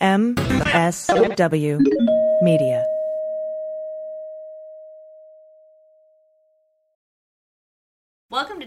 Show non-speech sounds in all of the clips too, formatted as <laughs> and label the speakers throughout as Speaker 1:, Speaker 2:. Speaker 1: MSW Media.
Speaker 2: Welcome to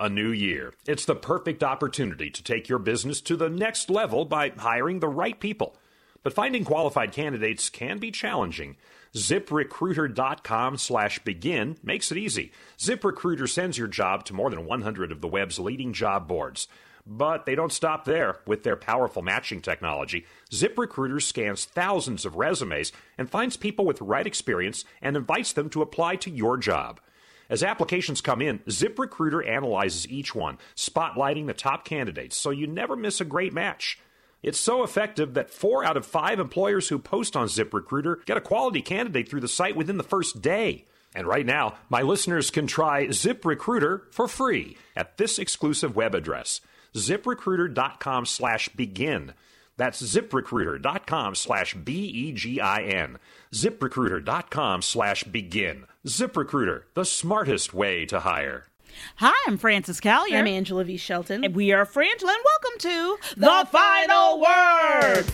Speaker 3: a new year. It's the perfect opportunity to take your business to the next level by hiring the right people. But finding qualified candidates can be challenging. ZipRecruiter.com slash begin makes it easy. ZipRecruiter sends your job to more than 100 of the web's leading job boards. But they don't stop there. With their powerful matching technology, ZipRecruiter scans thousands of resumes and finds people with the right experience and invites them to apply to your job. As applications come in, ZipRecruiter analyzes each one, spotlighting the top candidates so you never miss a great match. It's so effective that four out of five employers who post on ZipRecruiter get a quality candidate through the site within the first day. And right now, my listeners can try ZipRecruiter for free at this exclusive web address, ziprecruiter.com slash begin. That's ziprecruiter.com slash B E G I N. ZipRecruiter.com slash begin. ZipRecruiter, the smartest way to hire.
Speaker 4: Hi, I'm Frances Callier.
Speaker 5: I'm Angela V. Shelton.
Speaker 4: And we are Frangela, and welcome to The, Final Word.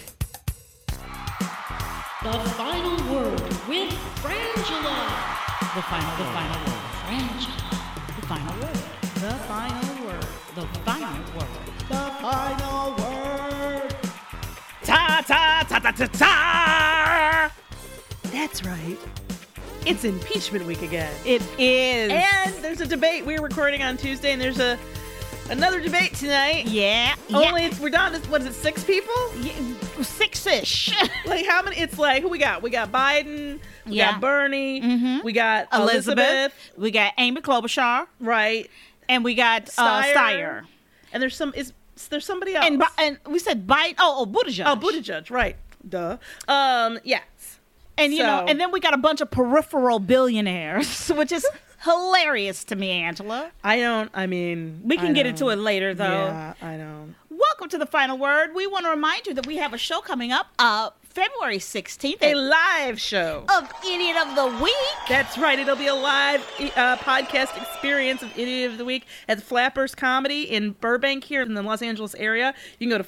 Speaker 6: The final word with Frangela.
Speaker 4: The final, the final word.
Speaker 6: Frangela.
Speaker 4: The final word. The final word. The final word.
Speaker 5: the final word.
Speaker 4: Ta ta ta ta ta ta.
Speaker 5: That's right. It's impeachment week again.
Speaker 4: It is.
Speaker 5: And there's a debate. We're recording on Tuesday, and there's a another debate tonight.
Speaker 4: yeah,
Speaker 5: Only it's, we're down to what is it? Six people? <laughs>
Speaker 4: six ish.
Speaker 5: Like how many? It's like who we got? We got Biden. We
Speaker 4: Yeah.
Speaker 5: got Bernie. We got
Speaker 4: Mm-hmm. Elizabeth.
Speaker 5: Elizabeth.
Speaker 4: We got Amy Klobuchar,
Speaker 5: Right.
Speaker 4: and we got uh,
Speaker 5: Steyer.
Speaker 4: Steyer.
Speaker 5: And there's some. Is there's somebody else?
Speaker 4: And, Bi- and we said Biden. Oh, oh, Buttigieg.
Speaker 5: oh, Buttigieg. Right. Duh. Um. Yes.
Speaker 4: And you know,
Speaker 5: So-
Speaker 4: and then we got a bunch of peripheral billionaires, <laughs> which is hilarious to me, Angela.
Speaker 5: I don't. I mean,
Speaker 4: We can
Speaker 5: I
Speaker 4: get into
Speaker 5: don't-
Speaker 4: it later, though.
Speaker 5: Yeah, I don't.
Speaker 4: Welcome to the final word. We want to remind you that we have a show coming up. Uh, February 16th.
Speaker 5: A live show
Speaker 4: of Idiot of the Week.
Speaker 5: That's right. It'll be a live uh, podcast experience of Idiot of the Week at Flappers Comedy in Burbank here in the Los Angeles area. You can go to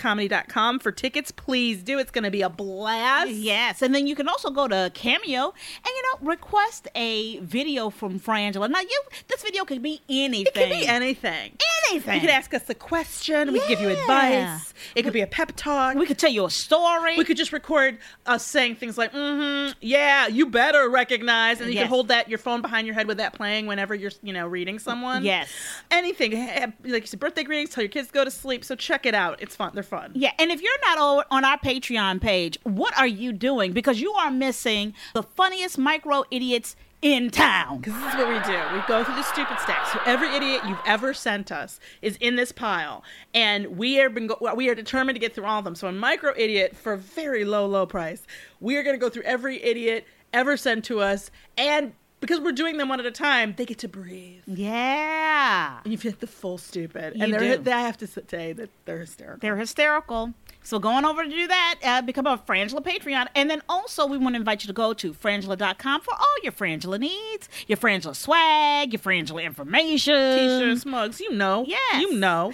Speaker 5: flapperscomedy.com for tickets. Please do. It's going to be a blast.
Speaker 4: Yes. And then you can also go to Cameo and, you know, request a video from Frangela. Now, you this video could be anything.
Speaker 5: It could be anything.
Speaker 4: Anything.
Speaker 5: You could ask us a question. We could give you advice. It could be a pep talk.
Speaker 4: We could tell you a story.
Speaker 5: We could just record us saying things like, mm-hmm, yeah, you better recognize. And you
Speaker 4: Yes.
Speaker 5: can hold that, your phone behind your head with that playing whenever you're, you know, reading someone.
Speaker 4: Yes.
Speaker 5: Anything. Ha- Like you said, birthday greetings, tell your kids to go to sleep. So check it out. It's fun. They're fun.
Speaker 4: Yeah, and if you're not o- on our Patreon page, what are you doing? Because you are missing the funniest micro idiots in town.
Speaker 5: Because this is what we do. We go through the stupid stacks. So every idiot you've ever sent us is in this pile, and we are been go- well, we are determined to get through all of them. So a micro idiot for a very low low price. We are going to go through every idiot ever sent to us, and because we're doing them one at a time, they get to breathe.
Speaker 4: Yeah.
Speaker 5: You've hit the full stupid,
Speaker 4: You
Speaker 5: and they're
Speaker 4: do.
Speaker 5: they, I have to say that they're hysterical.
Speaker 4: They're hysterical. So go on over to do that, uh, become a Frangela Patreon. And then also, we want to invite you to go to frangela.com for all your Frangela needs, your Frangela swag, your Frangela information.
Speaker 5: T-shirts, mugs, you know,
Speaker 4: Yes.
Speaker 5: you know.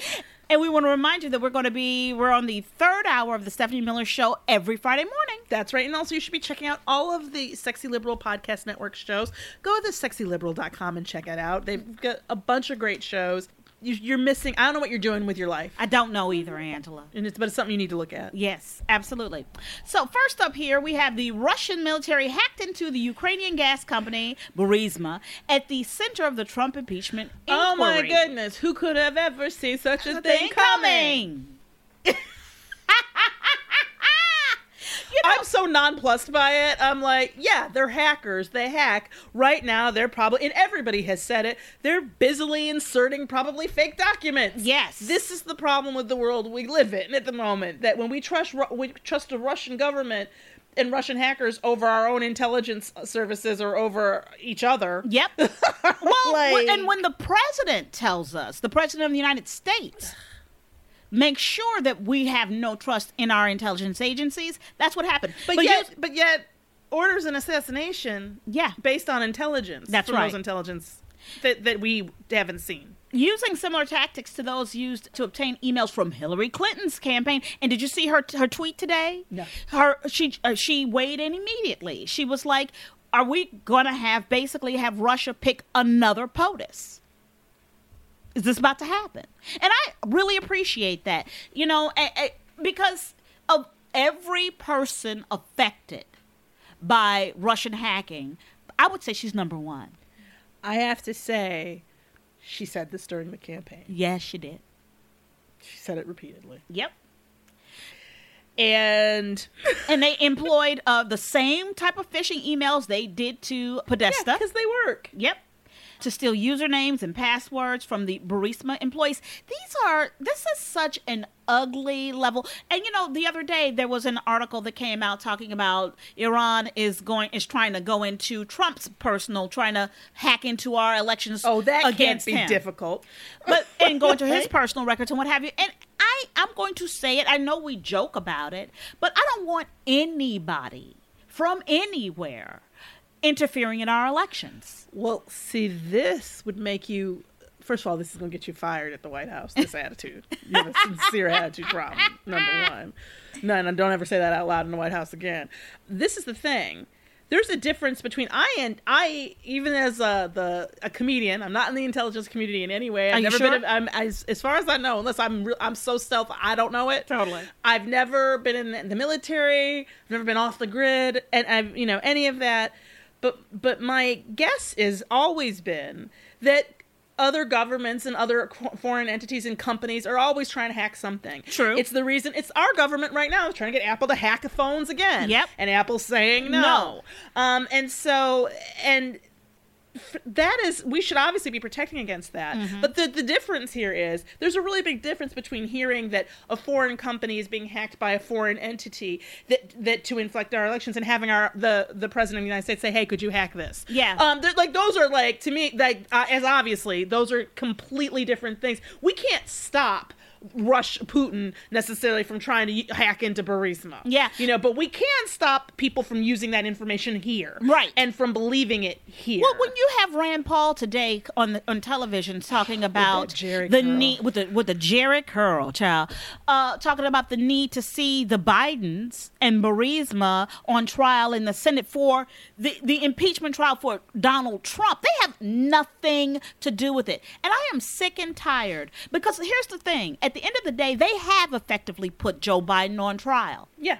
Speaker 4: And we want to remind you that we're going to be, we're on the third hour of the Stephanie Miller Show every Friday morning.
Speaker 5: That's right. And also, you should be checking out all of the Sexy Liberal Podcast Network shows. Go to sexyliberal.com and check it out. They've got a bunch of great shows. You- You're missing, I don't know what you're doing with your life.
Speaker 4: I don't know either, Angela.
Speaker 5: And it's, but it's something you need to look at.
Speaker 4: Yes, absolutely. So first up here, we have the Russian military hacked into the Ukrainian gas company Burisma at the center of the Trump impeachment inquiry.
Speaker 5: Oh my goodness. Who could have ever seen such a
Speaker 4: The
Speaker 5: thing, coming? I'm so nonplussed by it. I'm like, yeah, they're hackers. They hack. Right now, they're probably, and everybody has said it, they're busily inserting probably fake documents.
Speaker 4: Yes.
Speaker 5: This is the problem with the world we live in at the moment that when we trust, Ru- we trust the Russian government and Russian hackers over our own intelligence services or over each other. <laughs>
Speaker 4: Yep. well,
Speaker 5: Like-
Speaker 4: and when the president tells us, the president of the United States, make sure that we have no trust in our intelligence agencies. That's what happened.
Speaker 5: But,
Speaker 4: you-
Speaker 5: yet, but yet, orders an assassination
Speaker 4: Yeah.
Speaker 5: based on intelligence.
Speaker 4: That's
Speaker 5: from
Speaker 4: right.
Speaker 5: Those intelligence that, that we haven't seen.
Speaker 4: using similar tactics to those used to obtain emails from Hillary Clinton's campaign. And did you see her her tweet today? No. Her she uh, she weighed in immediately. She was like, "Are we going to have basically have Russia pick another POTUS?" Is this about to happen? And I really appreciate that, you know, a- a- because of every person affected by Russian hacking, I would say she's number one.
Speaker 5: I have to say, she said this during the campaign.
Speaker 4: Yes, she did.
Speaker 5: She said it repeatedly.
Speaker 4: Yep.
Speaker 5: And
Speaker 4: and they employed uh, the same type of phishing emails they did to Podesta.
Speaker 5: because they work.
Speaker 4: yep. To steal usernames and passwords from the Burisma employees. These are, this is such an ugly level. And you know, the other day there was an article that came out talking about Iran is going, is trying to go into Trump's personal, trying to hack into our elections
Speaker 5: Oh, that can't
Speaker 4: against
Speaker 5: be
Speaker 4: him
Speaker 5: difficult.
Speaker 4: but and go into his personal records and what have you. And I, I'm going to say it. I know we joke about it, but I don't want anybody from anywhere interfering in our elections.
Speaker 5: Well, see, this would make you. First of all, this is going to get you fired at the White House.
Speaker 4: <laughs>
Speaker 5: This attitude, you have a sincere attitude problem. Number one, no, no, don't ever say that out loud in the White House again. This is the thing. There's a difference between I and I, even as a, the a comedian. I'm not in the intelligence community in any way. I've
Speaker 4: Are you
Speaker 5: never
Speaker 4: sure?
Speaker 5: been. I'm, as, as far as I know, unless I'm re- I'm so stealth, I don't know it.
Speaker 4: Totally.
Speaker 5: I've never been in the, the military. I've never been off the grid, and I've you know any of that. But but my guess is always been that other governments and other co- foreign entities and companies are always trying to hack something.
Speaker 4: True.
Speaker 5: It's the reason it's our government right now is trying to get Apple to hack phones again.
Speaker 4: Yep.
Speaker 5: And Apple's saying no.
Speaker 4: No.
Speaker 5: Um. And so and that is we should obviously be protecting against that
Speaker 4: Mm-hmm.
Speaker 5: but the, the difference here is there's a really big difference between hearing that a foreign company is being hacked by a foreign entity that that to inflect our elections and having our the the president of the united states say hey could you hack this
Speaker 4: Yeah.
Speaker 5: um they're- like those are like to me like uh, as obviously those are completely different things we can't stop rush Putin necessarily from trying to hack into Burisma.
Speaker 4: Yeah.
Speaker 5: You know, but we can stop people from using that information here.
Speaker 4: Right.
Speaker 5: And from believing it here.
Speaker 4: Well, when you have Rand Paul today on the, on television talking about
Speaker 5: Jerry
Speaker 4: the
Speaker 5: curl.
Speaker 4: need with the with the Jerry curl child, uh, talking about the need to see the Bidens and Burisma on trial in the Senate for the the impeachment trial for Donald Trump, they have nothing to do with it, and I am sick and tired because here's the thing: at the end of the day, they have effectively put Joe Biden on trial
Speaker 5: Yeah.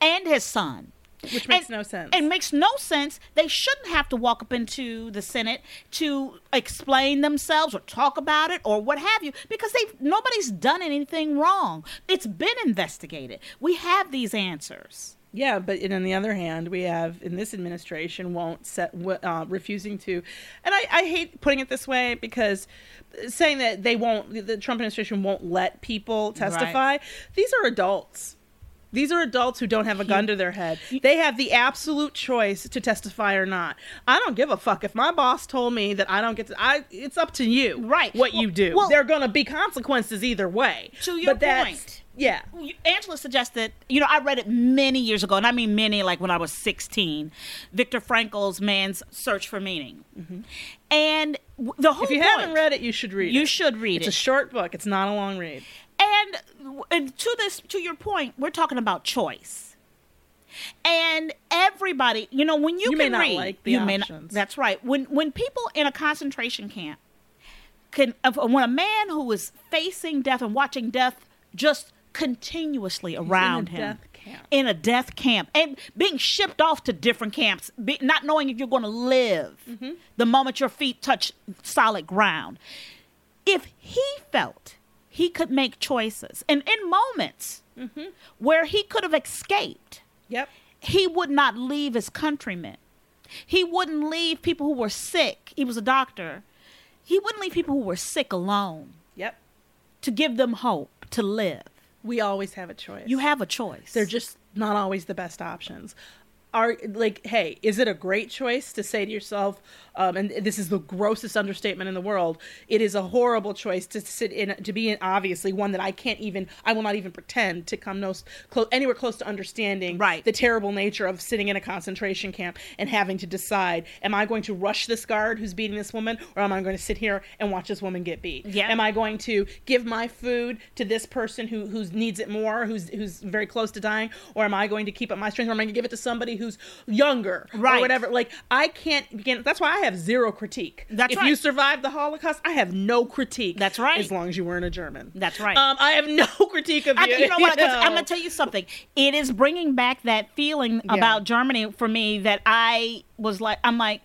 Speaker 4: and his son.
Speaker 5: Which makes no sense.
Speaker 4: It makes no sense. They shouldn't have to walk up into the Senate to explain themselves or talk about it or what have you, because they've nobody's done anything wrong. It's been investigated. We have these answers.
Speaker 5: Yeah, but and on the other hand, we have in this administration won't set w- uh, refusing to, and I, I hate putting it this way because saying that they won't, the Trump administration won't let people testify. These are adults. These are adults who don't have a gun to their head. They have the absolute choice to testify or not. I don't give a fuck if my boss told me that I don't get to. I it's up to you,
Speaker 4: Right.
Speaker 5: What you
Speaker 4: Well-
Speaker 5: do.
Speaker 4: well-
Speaker 5: there are gonna be consequences either way.
Speaker 4: To your
Speaker 5: But that's-
Speaker 4: point.
Speaker 5: yeah.
Speaker 4: You- Angela suggested, you know, I read it many years ago, and I mean many, like when I was 16, Viktor Frankl's Man's Search for Meaning. And w- the whole
Speaker 5: If you
Speaker 4: point,
Speaker 5: haven't read it, Oh, you should read it.
Speaker 4: you should read
Speaker 5: It's
Speaker 4: it.
Speaker 5: a short book. It's not a long read.
Speaker 4: and, and to this to your point we're talking about choice and everybody you know when you,
Speaker 5: You may
Speaker 4: can
Speaker 5: not
Speaker 4: read
Speaker 5: like the
Speaker 4: you may
Speaker 5: options.
Speaker 4: that's right when when people in a concentration camp can of- when a man who is facing death and watching death just continuously around him
Speaker 5: death camp.
Speaker 4: in a death camp and being shipped off to different camps be, not knowing if you're going to live
Speaker 5: Mm-hmm.
Speaker 4: the moment your feet touch solid ground if he felt he could make choices and in moments
Speaker 5: Mm-hmm.
Speaker 4: where he could have escaped
Speaker 5: Yep.
Speaker 4: he would not leave his countrymen. He wouldn't leave people who were sick. He was a doctor. He wouldn't leave people who were sick alone
Speaker 5: Yep.
Speaker 4: to give them hope to live.
Speaker 5: We always have a choice.
Speaker 4: You have a choice.
Speaker 5: They're just not always the best options. Are like, hey, is it a great choice to say to yourself, um, and this is the grossest understatement in the world. It is a horrible choice to sit in, to be in, obviously one that I can't even, I will not even pretend to come no close, anywhere close to understanding
Speaker 4: Right.
Speaker 5: the terrible nature of sitting in a concentration camp and having to decide, am I going to rush this guard who's beating this woman, or am I going to sit here and watch this woman get beat?
Speaker 4: Yeah.
Speaker 5: Am I going to give my food to this person who who needs it more, who's who's very close to dying, or am I going to keep up my strength, or am I going to give it to somebody who's younger,
Speaker 4: Right.
Speaker 5: Or whatever. Like I can't begin. That's why I have zero critique.
Speaker 4: That's
Speaker 5: if
Speaker 4: right.
Speaker 5: you survived the Holocaust, I have no critique.
Speaker 4: That's right.
Speaker 5: As long as you weren't a German.
Speaker 4: That's right.
Speaker 5: Um, I have no <laughs> critique of
Speaker 4: I,
Speaker 5: you.
Speaker 4: you
Speaker 5: <laughs>
Speaker 4: know what? 'cause
Speaker 5: know?
Speaker 4: I'm gonna tell you something. It is bringing back that feeling about Germany for me that I was like, I'm like,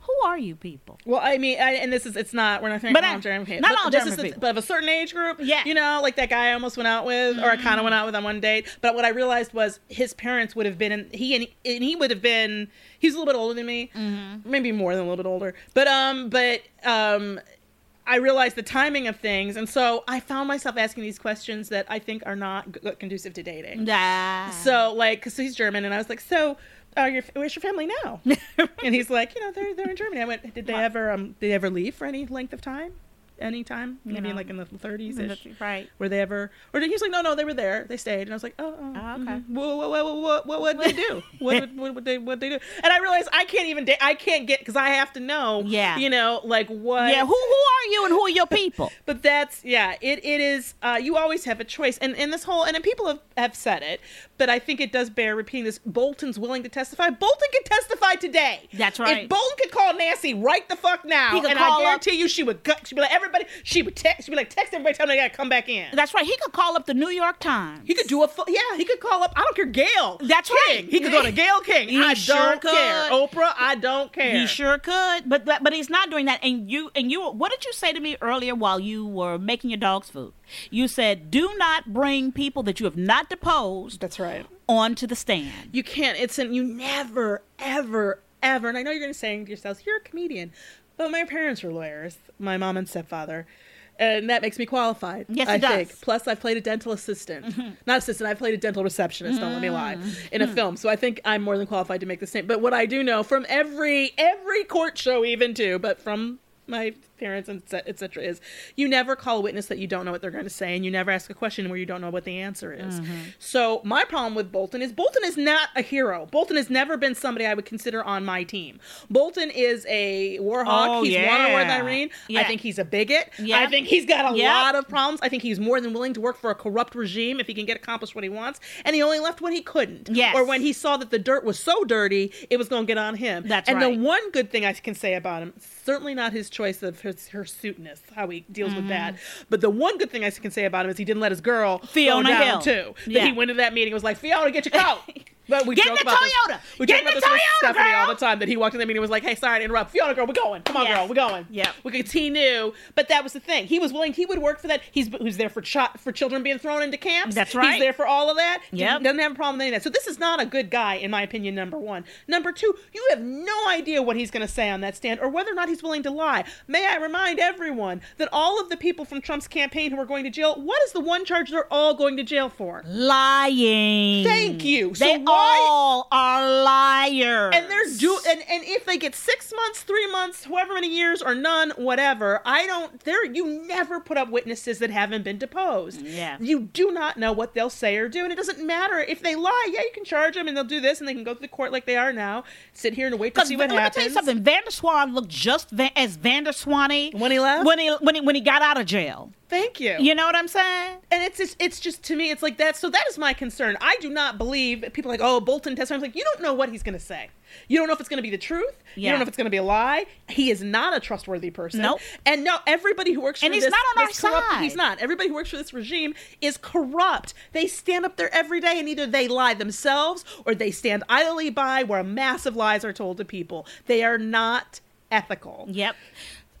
Speaker 4: who are you people?
Speaker 5: Well, I mean, I, and this is, it's not, we're not saying
Speaker 4: But
Speaker 5: but
Speaker 4: I-
Speaker 5: all German people.
Speaker 4: not
Speaker 5: but
Speaker 4: all
Speaker 5: this
Speaker 4: German
Speaker 5: is the-
Speaker 4: people.
Speaker 5: But of a certain age group.
Speaker 4: Yeah. Mm-hmm.
Speaker 5: You know, like that guy I almost went out with, or I kind of went out with on one date. But what I realized was his parents would have been, in, he and, and he would have been, he's a little bit older than me,
Speaker 4: Mm-hmm.
Speaker 5: maybe more than a little bit older. But, um, but, um, I realized the timing of things. And so I found myself asking these questions that I think are not g- conducive to dating.
Speaker 4: Nah.
Speaker 5: So like, 'cause he's German, and I was like, so. Are your, where's your family
Speaker 4: <laughs>
Speaker 5: now? and he's like, you know, they're they're in Germany. I went, did they ever um did they ever leave for any length of time? Any time? Maybe
Speaker 4: know.
Speaker 5: like in the 30s ish.
Speaker 4: right.
Speaker 5: Were they ever? Or he was like, no, no, they were there. They stayed. And I was like, oh, oh,
Speaker 4: Oh, okay.
Speaker 5: mhm. Whoa, whoa, whoa, whoa, whoa, what would they
Speaker 4: <laughs>
Speaker 5: do? what, would, what would they what they do? And I realized I can't even da- I can't get because I have to know.
Speaker 4: Yeah.
Speaker 5: You know, like what?
Speaker 4: Yeah. Who who are you and who are
Speaker 5: <laughs>
Speaker 4: your people?
Speaker 5: But that's yeah, it it is uh you always have a choice. And and this whole and, and people have, have said it, but I think it does bear repeating this. Bolton's willing to testify. Bolton could testify today.
Speaker 4: That's right.
Speaker 5: If Bolton could call Nancy right the fuck now,
Speaker 4: He could
Speaker 5: and
Speaker 4: call
Speaker 5: I
Speaker 4: up-
Speaker 5: guarantee you she would gut she'd be like everybody she would text she'd be like text everybody tell them they gotta come back in.
Speaker 4: That's right. He could call up the New York Times.
Speaker 5: he could do a fu- yeah. He could call up. I don't care, Gail.
Speaker 4: That's
Speaker 5: King.
Speaker 4: right.
Speaker 5: He could go to Gail King.
Speaker 4: He
Speaker 5: I
Speaker 4: sure
Speaker 5: don't care.
Speaker 4: could.
Speaker 5: Oprah. I don't care.
Speaker 4: He sure could, but but he's not doing that. And you and you, what did you say to me earlier while you were making your dog's food? You said, "Do not bring people that you have not deposed
Speaker 5: That's right.
Speaker 4: onto the stand."
Speaker 5: You can't. It's an you never, ever, ever. And I know you're going to say to yourselves, "You're a comedian," but my parents were lawyers, my mom and stepfather, and that makes me qualified.
Speaker 4: Yes, it
Speaker 5: I
Speaker 4: does.
Speaker 5: Plus, I've played a dental assistant,
Speaker 4: Mm-hmm.
Speaker 5: not assistant. I've played a dental receptionist. Don't let me lie.
Speaker 4: Mm.
Speaker 5: In a film, so I think I'm more than qualified to make the same. But what I do know from every every court show, even too, but from my parents, and et cetera, is you never call a witness that you don't know what they're going to say, and you never ask a question where you don't know what the answer is.
Speaker 4: Mm-hmm.
Speaker 5: So my problem with Bolton is Bolton is not a hero. Bolton has never been somebody I would consider on my team. Bolton is a war hawk.
Speaker 4: Oh,
Speaker 5: he's won a war with
Speaker 4: yeah.
Speaker 5: Irene. I
Speaker 4: Yeah.
Speaker 5: think he's a bigot.
Speaker 4: Yep.
Speaker 5: I think he's got a
Speaker 4: Yep.
Speaker 5: lot of problems. I think he's more than willing to work for a corrupt regime if he can get accomplished what he wants. And he only left when he couldn't.
Speaker 4: Yes.
Speaker 5: Or when he saw that the dirt was so dirty, it was going to get on him.
Speaker 4: That's
Speaker 5: and
Speaker 4: right.
Speaker 5: the one good thing I can say about him, certainly not his choice of his hirsuteness, how he deals with that. But the one good thing I can say about him is he didn't let his girl go
Speaker 4: Mm-hmm. Fiona
Speaker 5: down,
Speaker 4: Hill.
Speaker 5: too. That
Speaker 4: Yeah.
Speaker 5: he went to that meeting and was like, Fiona, get your
Speaker 4: <laughs>
Speaker 5: coat. But we
Speaker 4: Get in
Speaker 5: joke
Speaker 4: the
Speaker 5: about
Speaker 4: Toyota.
Speaker 5: This. We
Speaker 4: Get
Speaker 5: joke about
Speaker 4: in the
Speaker 5: this with
Speaker 4: Toyota,
Speaker 5: Stephanie all
Speaker 4: girl.
Speaker 5: the time that he walked in the meeting and was like, "Hey, sorry to interrupt, Fiona girl, we're going. Come on,
Speaker 4: Yes.
Speaker 5: girl, we're going."
Speaker 4: Yep.
Speaker 5: we could he knew, but that was the thing. He was willing. He would work for that. He's who's there for chi- for children being thrown into camps.
Speaker 4: That's right.
Speaker 5: He's there for all of that. He
Speaker 4: Yep.
Speaker 5: doesn't have a problem with any of that. So this is not a good guy, in my opinion. Number one. Number two, you have no idea what he's going to say on that stand or whether or not he's willing to lie. May I remind everyone that all of the people from Trump's campaign who are going to jail, what is the one charge they're all going to jail for?
Speaker 4: lying.
Speaker 5: Thank you. So
Speaker 4: they
Speaker 5: why-
Speaker 4: all are liars.
Speaker 5: and they're do and, and if they get six months three months however many years or none whatever i don't there you never put up witnesses that haven't been deposed
Speaker 4: Yeah.
Speaker 5: you do not know what they'll say or do and it doesn't matter if they lie yeah you can charge them and they'll do this and they can go to the court like they are now sit here and wait to
Speaker 4: Because
Speaker 5: see
Speaker 4: let
Speaker 5: what
Speaker 4: me tell you
Speaker 5: happens
Speaker 4: something. Vander Swan looked just va- as Vander Swanee
Speaker 5: When he left?
Speaker 4: When he when he, when he got out of jail.
Speaker 5: thank you
Speaker 4: You know what I'm saying?
Speaker 5: and it's just, it's just to me it's like that so that is my concern i do not believe people are like oh bolton testified i'm like you don't know what he's going to say you don't know if it's going to be the truth you
Speaker 4: Yeah.
Speaker 5: don't know if it's going to be a lie he is not a trustworthy person
Speaker 4: Nope.
Speaker 5: and no everybody who works
Speaker 4: And
Speaker 5: for
Speaker 4: he's
Speaker 5: this,
Speaker 4: not on our
Speaker 5: this corrupt-
Speaker 4: side.
Speaker 5: he's not everybody who works for this regime is corrupt they stand up there every day and either they lie themselves or they stand idly by where massive lies are told to people they are not ethical
Speaker 4: Yep.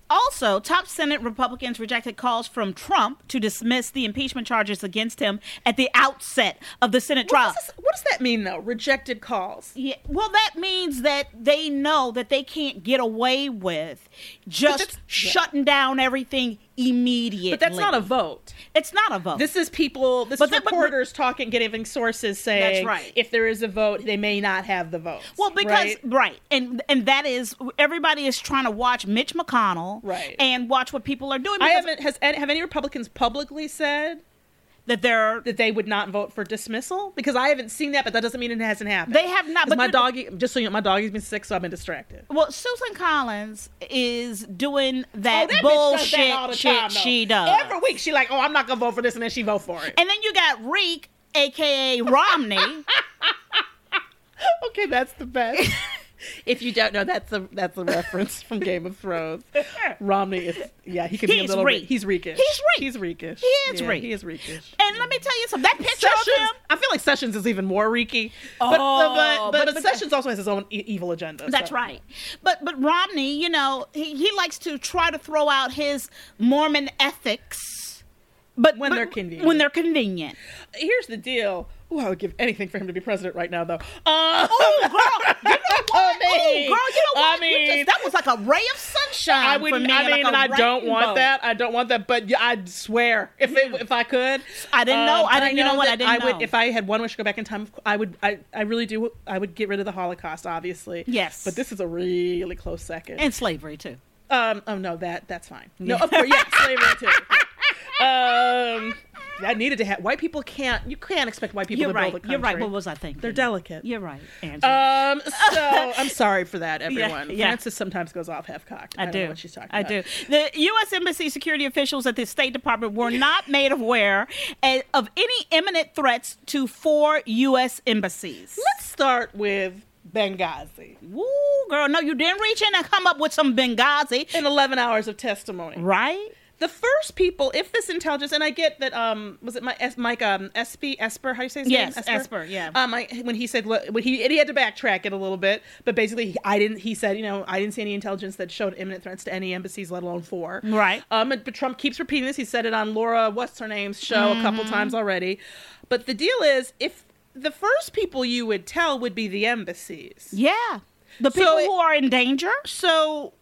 Speaker 4: Also, top Senate Republicans rejected calls from Trump to dismiss the impeachment charges against him at the outset of the Senate
Speaker 5: what
Speaker 4: trial.
Speaker 5: does, this- what does that mean though rejected calls
Speaker 4: Yeah, well, that means that they know that they can't get away with just
Speaker 5: that's- yeah.
Speaker 4: shutting down everything immediately.
Speaker 5: but that's not a vote
Speaker 4: It's not a vote.
Speaker 5: This is people. This
Speaker 4: Oh. But
Speaker 5: is
Speaker 4: the- but-
Speaker 5: reporters talking, giving sources saying
Speaker 4: right.
Speaker 5: if there is a vote, they may not have the votes.
Speaker 4: Well, because
Speaker 5: right?
Speaker 4: right? and and that is everybody is trying to watch Mitch McConnell,
Speaker 5: Right.
Speaker 4: and watch what people are doing.
Speaker 5: I
Speaker 4: because
Speaker 5: haven't. Has any, have any Republicans publicly said
Speaker 4: that they're
Speaker 5: that they would not vote for dismissal? Because I haven't seen that, but that doesn't mean it hasn't happened.
Speaker 4: They have not,
Speaker 5: 'Cause
Speaker 4: but
Speaker 5: my
Speaker 4: you-
Speaker 5: doggy, just so you know, my doggy's been sick, so I've been distracted.
Speaker 4: well. Susan Collins is doing that,
Speaker 5: Oh, that bitch does
Speaker 4: bullshit
Speaker 5: that all the
Speaker 4: shit
Speaker 5: time, though.
Speaker 4: she does
Speaker 5: every week. She like, oh, I'm not gonna vote for this, and then she vote for it.
Speaker 4: And then you got Reek, aka
Speaker 5: <laughs>
Speaker 4: Romney.
Speaker 5: okay, that's the best. <laughs> if you don't know, that's a that's a reference from Game of
Speaker 4: <laughs>
Speaker 5: Thrones. Romney is yeah, he can be a
Speaker 4: He's
Speaker 5: little
Speaker 4: Reek.
Speaker 5: bit- he's reekish.
Speaker 4: He's Reek.
Speaker 5: He's reekish.
Speaker 4: He is
Speaker 5: yeah,
Speaker 4: Reek.
Speaker 5: He is reekish.
Speaker 4: and let me tell you something. That picture of
Speaker 5: Sessions,
Speaker 4: him.
Speaker 5: I feel like Sessions is even more reeky. But,
Speaker 4: Oh,
Speaker 5: but, but, but,
Speaker 4: but- but-
Speaker 5: Sessions also has his own e- evil agenda.
Speaker 4: That's
Speaker 5: so.
Speaker 4: right. But but Romney, you know, he, he likes to try to throw out his Mormon ethics. But
Speaker 5: When
Speaker 4: but-
Speaker 5: they're convenient.
Speaker 4: When they're convenient.
Speaker 5: Here's the deal. Ooh, I would give anything for him to be president right now, though. Uh,
Speaker 4: Oh,
Speaker 5: <laughs>
Speaker 4: girl, you know what?
Speaker 5: I
Speaker 4: Oh, girl,
Speaker 5: mean,
Speaker 4: you know
Speaker 5: I
Speaker 4: what? you
Speaker 5: mean-
Speaker 4: just, that was like a ray of sunshine
Speaker 5: I
Speaker 4: for
Speaker 5: would.
Speaker 4: me.
Speaker 5: I mean,
Speaker 4: like
Speaker 5: and
Speaker 4: a
Speaker 5: I don't
Speaker 4: rainbow.
Speaker 5: want that. I don't want that. But yeah, I swear, if it, if I could,
Speaker 4: I didn't know. I didn't- you know
Speaker 5: Uh, Um, know
Speaker 4: what?
Speaker 5: that
Speaker 4: I didn't know.
Speaker 5: would. If I had one wish to go back in time, I would. I, I really do. I would get rid of the Holocaust, obviously.
Speaker 4: Yes.
Speaker 5: But this is a really close second.
Speaker 4: And slavery too.
Speaker 5: um. Oh no, that that's fine. No, of course, yeah, slavery
Speaker 4: <laughs>
Speaker 5: too. Um. I needed to have white people can't. You can't expect white people
Speaker 4: You're
Speaker 5: to
Speaker 4: right.
Speaker 5: build a country.
Speaker 4: You're right. What was I thinking?
Speaker 5: They're delicate.
Speaker 4: You're right, Angela.
Speaker 5: Um.
Speaker 4: <laughs>
Speaker 5: So I'm sorry for that, everyone.
Speaker 4: yeah.
Speaker 5: Frances sometimes goes off half cocked. I,
Speaker 4: I
Speaker 5: don't
Speaker 4: do.
Speaker 5: know what she's talking
Speaker 4: I
Speaker 5: about.
Speaker 4: do. The U.S. Embassy security officials at the State Department
Speaker 5: <laughs>
Speaker 4: were not made aware eh, of any imminent threats to four U.S. embassies.
Speaker 5: Let's start with Benghazi.
Speaker 4: Woo, girl. No, you didn't reach in and come up with some Benghazi,
Speaker 5: In 11 hours of testimony.
Speaker 4: right?
Speaker 5: The first people, if this intelligence, and I get that, um, was it my Es- Mike um, Espy Esper? How do you say his
Speaker 4: Yes,
Speaker 5: name?
Speaker 4: Esper, yeah.
Speaker 5: Um, I, when he said look, when he and he had to backtrack it a little bit, but basically he, I didn't. He said, you know, I didn't see any intelligence that showed imminent threats to any embassies, let alone four.
Speaker 4: Right.
Speaker 5: Um, and- but Trump keeps repeating this. He said it on Laura, what's her name's show a couple
Speaker 4: Mm-hmm.
Speaker 5: times already. But the deal is, if the first people you would tell would be the embassies,
Speaker 4: Yeah. The
Speaker 5: So
Speaker 4: people
Speaker 5: it-
Speaker 4: who are in danger.
Speaker 5: so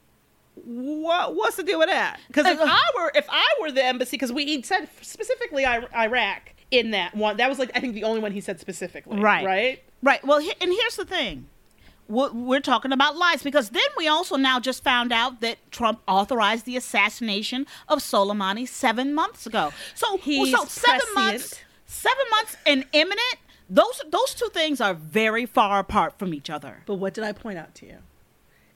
Speaker 5: what what's the deal with that because if i were if i were the embassy because we he said specifically I- iraq in that one that was like i think the only one he said specifically
Speaker 4: Right.
Speaker 5: right
Speaker 4: Right. Well, he- and here's the thing. we're, we're talking about lies because then we also now just found out that Trump authorized the assassination of Soleimani seven months ago. So,
Speaker 5: He's
Speaker 4: so seven
Speaker 5: prescient.
Speaker 4: months, seven months and imminent. Those those two things are very far apart from each other.
Speaker 5: But what did I point out to you?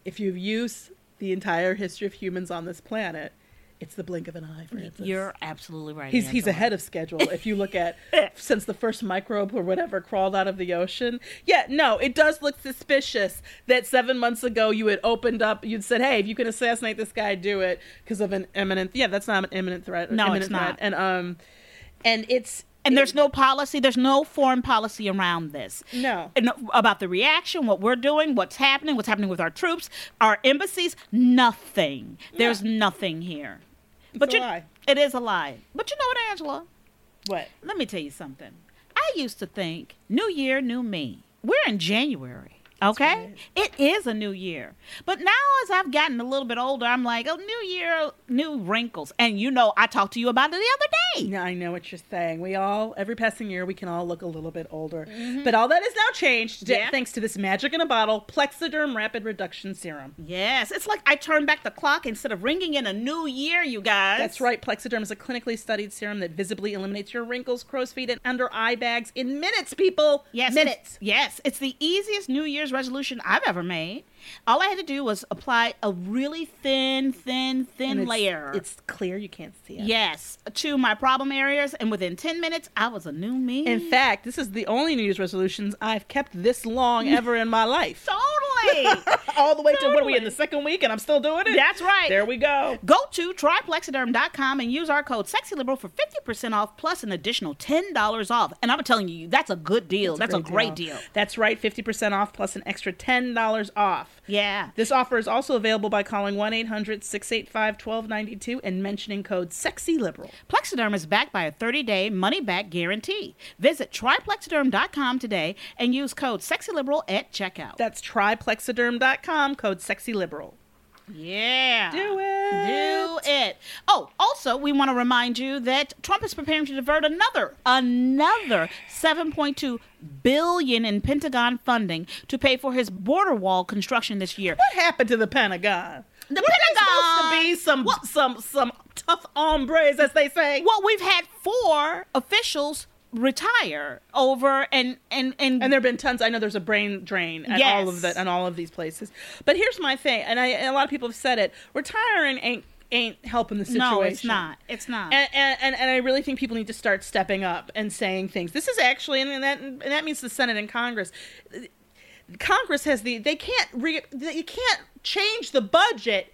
Speaker 5: If you've used the entire history of humans on this planet, it's the blink of an eye, Francis.
Speaker 4: You're absolutely right.
Speaker 5: He's, he's
Speaker 4: Angela.
Speaker 5: ahead of schedule. If you look
Speaker 4: <laughs>
Speaker 5: at since the first microbe or whatever crawled out of the ocean, yeah, no, it does look suspicious that seven months ago you had opened up, you'd said, "Hey, if you can assassinate this guy, do it," because of an imminent. Yeah, that's not an imminent threat. or
Speaker 4: No,
Speaker 5: imminent
Speaker 4: it's not.
Speaker 5: threat. And um, and it's
Speaker 4: And there's no policy. There's no foreign policy around this.
Speaker 5: No.
Speaker 4: And uh, about the reaction, what we're doing, what's happening, what's happening with our troops, our embassies. Nothing. There's nothing here.
Speaker 5: a
Speaker 4: you,
Speaker 5: lie.
Speaker 4: it is a lie. But you know what, Angela?
Speaker 5: what
Speaker 4: Let me tell you something. I used to think new year, new me. We're in January. Okay? It is a new year. But now, as I've gotten a little bit older, I'm like, oh, new year, new wrinkles. And you know, I talked to you about it the other day.
Speaker 5: No, I know what you're saying. We all, every passing year, we can all look a little bit older. But all that has now changed d-
Speaker 4: Mm-hmm. Yeah.
Speaker 5: thanks to this magic in a bottle Plexiderm Rapid Reduction Serum.
Speaker 4: Yes, it's like I turned back the clock instead of ringing in a new year, you guys.
Speaker 5: That's right. Plexiderm is a clinically studied serum that visibly eliminates your wrinkles, crow's feet, and under eye bags in minutes, people.
Speaker 4: Yes,
Speaker 5: minutes.
Speaker 4: It's, yes, it's the easiest New Year's resolution I've ever made. All I had to do was apply a really thin, thin, thin
Speaker 5: And it's-
Speaker 4: layer.
Speaker 5: It's clear. You can't see it.
Speaker 4: yes to my problem areas, and within ten minutes, I was a new me.
Speaker 5: In fact, this is the only New Year's resolutions I've kept this long
Speaker 4: <laughs>
Speaker 5: ever in my life. <laughs>
Speaker 4: totally.
Speaker 5: all the way to what are we in
Speaker 4: totally.
Speaker 5: the second week, and I'm still doing it.
Speaker 4: That's right.
Speaker 5: There we go.
Speaker 4: Go to triplexiderm.com and use our code SEXYLIBERAL for 50% off plus an additional $10 off. And I'm telling you, that's a good deal. That's, a great deal.
Speaker 5: That's right, 50% off plus an extra $10 off.
Speaker 4: Yeah.
Speaker 5: This offer is also available by calling 1 800 685 1292 and mentioning code SEXYLIBERAL.
Speaker 4: Plexiderm is backed by a 30-day money-back guarantee. Visit triplexiderm.com today and use code SEXYLIBERAL at checkout.
Speaker 5: That's triplexiderm.com, code SEXYLIBERAL.
Speaker 4: yeah.
Speaker 5: Do it.
Speaker 4: Do it. Oh, also, we want to remind you that Trump is preparing to divert another, another 7.2 billion in Pentagon funding to pay for his border wall construction this year.
Speaker 5: What happened to the Pentagon?
Speaker 4: The
Speaker 5: Were they
Speaker 4: Pentagon
Speaker 5: supposed to be some, some, some tough hombres, as they say.
Speaker 4: Well, we've had four officials retire over and and and,
Speaker 5: and there have been tons. I know there's a brain drain at all of
Speaker 4: Yes.
Speaker 5: that and all of these places. But here's my thing, and I and a lot of people have said it: retiring ain't ain't helping the situation.
Speaker 4: no, it's not. It's not.
Speaker 5: And, and, and, and I really think people need to start stepping up and saying things. This is actually, and that and that means the Senate and Congress. Congress has the they can't re you can't change the budget.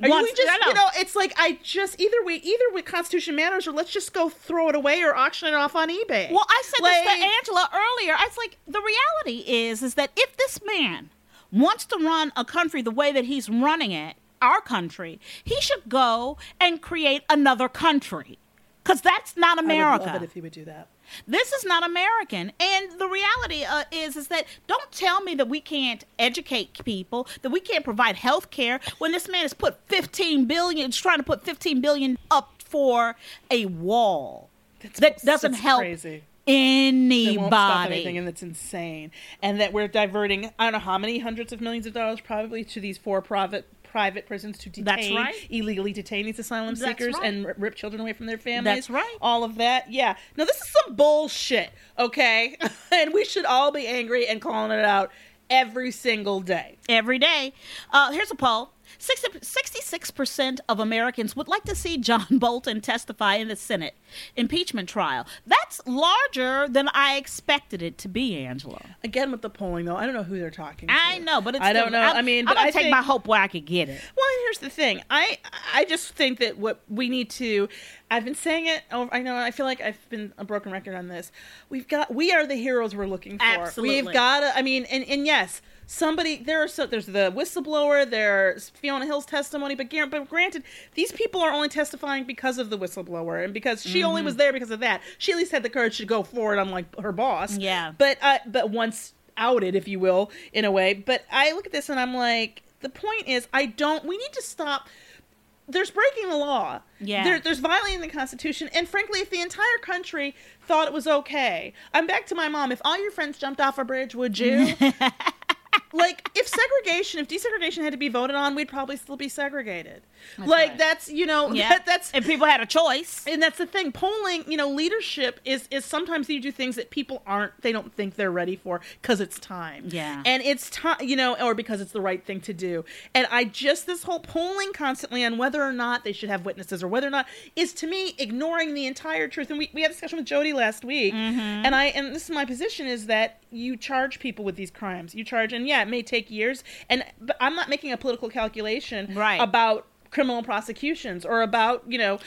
Speaker 5: Are you-
Speaker 4: Once-
Speaker 5: we just,
Speaker 4: no, no.
Speaker 5: you know, it's like I just either we either we Constitution matters or let's just go throw it away or auction it off on eBay.
Speaker 4: Well, I said this
Speaker 5: Like-
Speaker 4: to Angela earlier. I was like, the reality is, is that if this man wants to run a country the way that he's running it, our country, he should go and create another country. Because that's not America.
Speaker 5: I would love it if he would do that.
Speaker 4: This is not American. And the reality uh, is, is that don't tell me that we can't educate people, that we can't provide health care when this man has put 15 billion, is trying to put 15 billion up for a wall that doesn't
Speaker 5: that's
Speaker 4: help
Speaker 5: crazy.
Speaker 4: anybody.
Speaker 5: It won't stop anything, and that's insane. And that we're diverting I don't know how many hundreds of millions of dollars probably to these for-profit private prisons to detain
Speaker 4: That's right.
Speaker 5: illegally detain these asylum
Speaker 4: That's
Speaker 5: seekers
Speaker 4: right.
Speaker 5: and r- rip children away from their families.
Speaker 4: That's right.
Speaker 5: All of that. Yeah. No, this is some bullshit. Okay, <laughs> and we should all be angry and calling it out every single day.
Speaker 4: every day. Uh, here's a poll. 60 66% of Americans would like to see John <laughs> Bolton testify in the Senate impeachment trial. That's larger than I expected it to be, Angela.
Speaker 5: Again with the polling though, I don't know who they're talking.
Speaker 4: I
Speaker 5: to.
Speaker 4: know, but it's
Speaker 5: I don't
Speaker 4: still-
Speaker 5: know.
Speaker 4: I'm-
Speaker 5: I, mean,
Speaker 4: I'm
Speaker 5: but
Speaker 4: gonna
Speaker 5: I
Speaker 4: take
Speaker 5: think,
Speaker 4: my hope where I could get it.
Speaker 5: Well, and here's the thing. I I just think that what we need to I've been saying it over I know I feel like I've been a broken record on this. We've got we are the heroes we're looking for.
Speaker 4: Absolutely.
Speaker 5: We've got to I mean and and yes, somebody there are so there's the whistleblower, there's Fiona Hill's testimony, but gar- but granted, these people are only testifying because of the whistleblower and because she only was there because of that. She at least had the courage to go forward unlike her boss.
Speaker 4: Yeah.
Speaker 5: But uh, but once outed, if you will, in a way. But I look at this and I'm like, the point is, I don't. We need to stop. There's breaking the law.
Speaker 4: Yeah.
Speaker 5: There, there's violating the Constitution. And frankly, if the entire country
Speaker 4: <laughs>
Speaker 5: thought it was okay, I'm back to my mom. If all your friends jumped off a bridge, would you? like if segregation, if desegregation had to be voted on, we'd probably still be segregated. like
Speaker 4: right.
Speaker 5: that's you know <laughs>
Speaker 4: Yeah.
Speaker 5: that, that's
Speaker 4: If people had a choice.
Speaker 5: <laughs> and that's the thing polling you know leadership is is sometimes you do things that people aren't they don't think they're ready for because it's time
Speaker 4: Yeah.
Speaker 5: and it's time you know or because it's the right thing to do and i just this whole polling constantly on whether or not they should have witnesses or whether or not is to me ignoring the entire truth and we, we had a discussion with jody last week and i and this is my position is that you charge people with these crimes you charge and yeah it may take years and but i'm not making a political calculation
Speaker 4: Right.
Speaker 5: about criminal prosecutions or about you know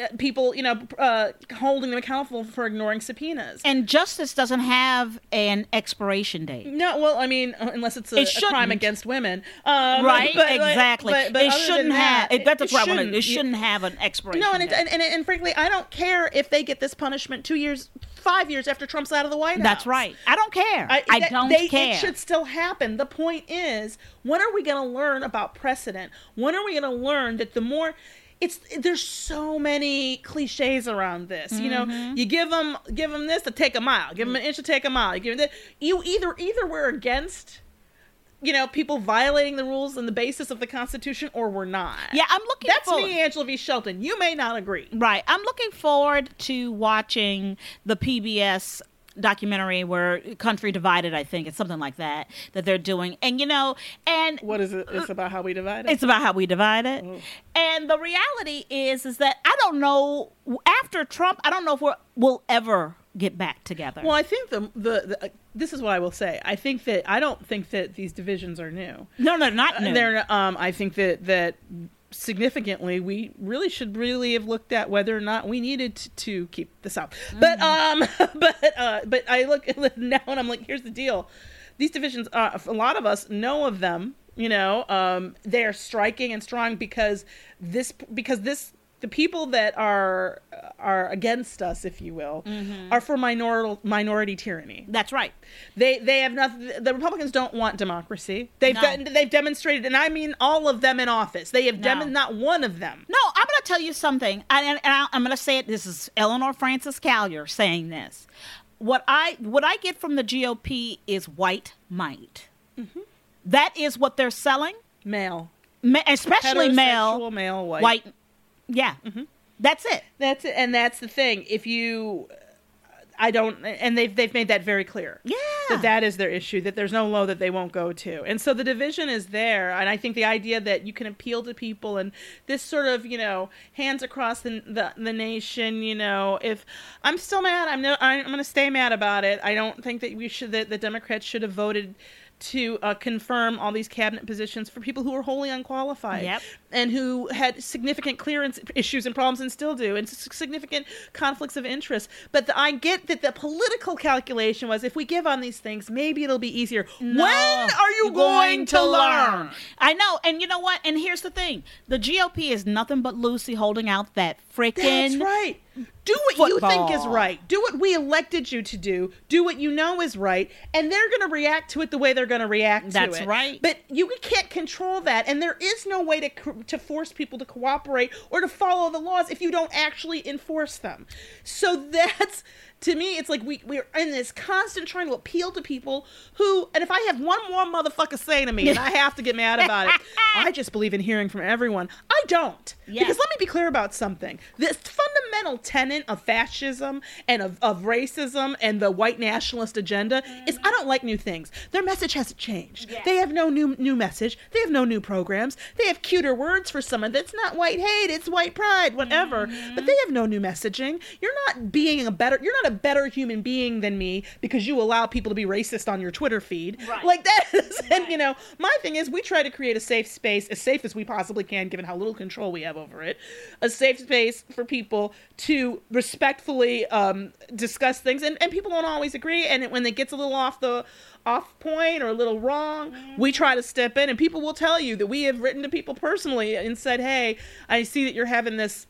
Speaker 5: uh, people you know uh, holding them accountable for ignoring subpoenas.
Speaker 4: And justice doesn't have an expiration date.
Speaker 5: no, well, I mean, uh, unless it's a,
Speaker 4: It
Speaker 5: a crime
Speaker 4: shouldn't.
Speaker 5: against women, um,
Speaker 4: Right,
Speaker 5: but- but-
Speaker 4: exactly.
Speaker 5: But, but
Speaker 4: it
Speaker 5: other than
Speaker 4: shouldn't
Speaker 5: that,
Speaker 4: have. It, that's what I want to.
Speaker 5: shouldn't.
Speaker 4: It shouldn't have an expiration.
Speaker 5: No, and, it,
Speaker 4: date.
Speaker 5: and, and and frankly, I don't care if they get this punishment two years, five years after Trump's out of the White House.
Speaker 4: that's right. I don't care. I,
Speaker 5: that-
Speaker 4: don't
Speaker 5: they-
Speaker 4: care.
Speaker 5: It should still happen. The point is, when are we going to learn about precedent? When are we going to learn that the more it's there's so many cliches around this. You
Speaker 4: Mm-hmm.
Speaker 5: know, you give them give them this to take a mile, give them an inch to take a mile. You give 'em that. You either either we're against, you know, people violating the rules and the basis of the Constitution, or we're not.
Speaker 4: yeah, I'm looking.
Speaker 5: that's
Speaker 4: forward.
Speaker 5: me, Angela V. Shelton. You may not agree.
Speaker 4: Right. I'm looking forward to watching the PBS documentary where Country Divided, I think, it's something like that that they're doing. And you know, and
Speaker 5: What Mm. is it? It's about how we divide it.
Speaker 4: uh, it's about how we divide it. And the reality is is that I don't know after Trump, I don't know if we're, we'll ever get back together.
Speaker 5: Well, I think the the, the uh, this is what I will say. I think that I don't think that these divisions are new.
Speaker 4: no, no, not new.
Speaker 5: They're um I think that that significantly we really should really have looked at whether or not we needed to, to keep the South. But um <laughs> but uh but I look <laughs> at it now and I'm like here's the deal. These divisions uh, a lot of us know of them, you know, um they're striking and strong because this because this the people that are are against us, if you will, are for minor, minority tyranny.
Speaker 4: That's right.
Speaker 5: They they have nothing. The Republicans don't want democracy. They've
Speaker 4: No.
Speaker 5: de- they've demonstrated, and I mean all of them in office. They have
Speaker 4: No.
Speaker 5: dem- not one of them.
Speaker 4: No, I'm going to tell you something, and, and, and I, I'm going to say it. This is Eleanor Francis Callier saying this. What I what I get from the GOP is white might.
Speaker 5: Mm-hmm.
Speaker 4: That is what they're selling,
Speaker 5: Male,
Speaker 4: ma- especially male,
Speaker 5: Heterosexual male, white. Mm-hmm.
Speaker 4: white. Yeah, that's it.
Speaker 5: That's it, and that's the thing. If you, I don't, and they've they've made that very clear.
Speaker 4: Yeah.
Speaker 5: that that is their issue. That there's no low that they won't go to, and so the division is there. And I think the idea that you can appeal to people and this sort of you know hands across the the, the nation. You know, if I'm still mad, I'm no, I'm going to stay mad about it. I don't think that we should that the Democrats should have voted. To uh, confirm all these cabinet positions for people who are wholly unqualified
Speaker 4: Yep.
Speaker 5: and who had significant clearance issues and problems and still do, and s- significant conflicts of interest. But the, I get that the political calculation was if we give on these things, maybe it'll be easier. When are you going, to learn?
Speaker 4: I know, and you know what? And here's the thing: the GOP is nothing but Lucy holding out that freaking.
Speaker 5: That's right. Do what you think is
Speaker 4: football.
Speaker 5: right. Do what we elected you to do. Do what you know is right, and they're going to react to it the way they're going to react
Speaker 4: That's
Speaker 5: to it.
Speaker 4: right.
Speaker 5: But you can't control that, and there is no way to co- to force people to cooperate or to follow the laws if you don't actually enforce them. So <laughs> that's to me, it's like we we're in this constant trying to appeal to people who, and if I have one more motherfucker say to me, and I
Speaker 4: <laughs>
Speaker 5: have to get mad about it, I just believe in hearing from everyone. I don't
Speaker 4: Yeah.
Speaker 5: because let me be clear about something. This fundamental tenet of fascism and of, of racism and the white nationalist agenda is I don't like new things. Their message hasn't changed. They have no new new message. They have no new programs. They have cuter words for someone that's not white hate, it's white pride, whatever. But they have no new messaging. You're not being a better you're not a better human being than me because you allow people to be racist on your Twitter feed. Like that is and you know, my thing is we try to create a safe space, as safe as we possibly can given how little control we have over it, a safe space for people to respectfully um, discuss things and, and people don't always agree and when it gets a little off the off point or a little wrong, we try to step in and people will tell you that we have written to people personally and said, "Hey, I see that you're having this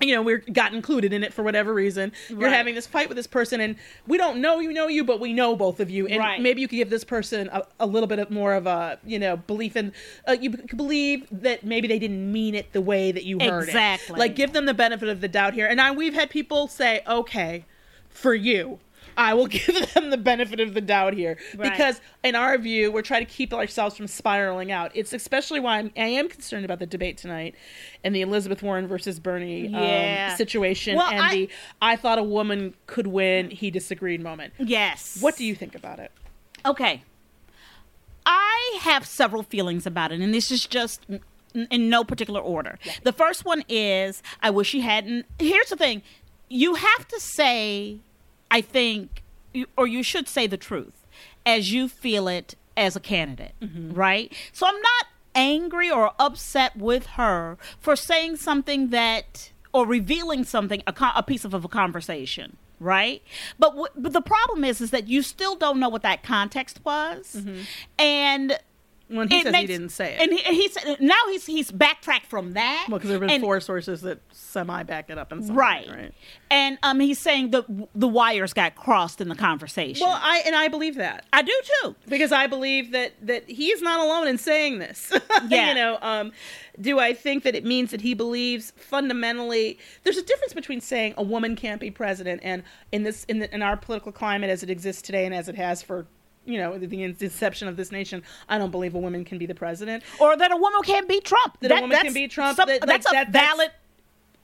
Speaker 5: you know, we are got included in it for whatever reason. You're
Speaker 4: Right.
Speaker 5: having this fight with this person, and we don't know you know you, but we know both of you, and
Speaker 4: Right.
Speaker 5: maybe you could give this person a, a little bit of more of a you know belief in uh, you b- believe that maybe they didn't mean it the way that you heard it.
Speaker 4: Exactly.
Speaker 5: Like give them the benefit of the doubt here. And I we've had people say, okay, for you. I will <laughs> give them the benefit of the doubt here
Speaker 4: Right.
Speaker 5: because, in our view, we're trying to keep ourselves from spiraling out. It's especially why I'm, I am concerned about the debate tonight and the Elizabeth Warren versus Bernie
Speaker 4: Yeah.
Speaker 5: um, situation
Speaker 4: Well,
Speaker 5: and
Speaker 4: I-
Speaker 5: the I thought a woman could win, he disagreed moment.
Speaker 4: Yes.
Speaker 5: What do you think about it?
Speaker 4: Okay. I have several feelings about it, and this is just n- in no particular order. The first one is I wish he hadn't. Here's the thing you have to say, I think, you- or you should say the truth as you feel it as a candidate, right? So I'm not angry or upset with her for saying something that, or revealing something, a, co- a piece of, of a conversation right but, w- but the problem is is that you still don't know what that context was and
Speaker 5: Mm-hmm. When he
Speaker 4: it
Speaker 5: says he
Speaker 4: makes-
Speaker 5: didn't say it.
Speaker 4: and he, he said now he's he's backtracked from that
Speaker 5: well, because there have been
Speaker 4: and,
Speaker 5: four sources that semi back it up and
Speaker 4: right
Speaker 5: right.
Speaker 4: and um he's saying the the wires got crossed in the conversation
Speaker 5: Well, I and I believe that.
Speaker 4: i do too
Speaker 5: because I believe that that he is not alone in saying this. <laughs>
Speaker 4: Yeah.
Speaker 5: you know, um, do I think that it means that he believes fundamentally? There's a difference between saying a woman can't be president and in this in, the, in our political climate as it exists today and as it has for you know the, the inception of this nation. I don't believe a woman can be the president.
Speaker 4: or that a woman can be trump
Speaker 5: That a woman can
Speaker 4: that's
Speaker 5: be Trump,
Speaker 4: some-
Speaker 5: that, like,
Speaker 4: that's a
Speaker 5: that- that's-
Speaker 4: valid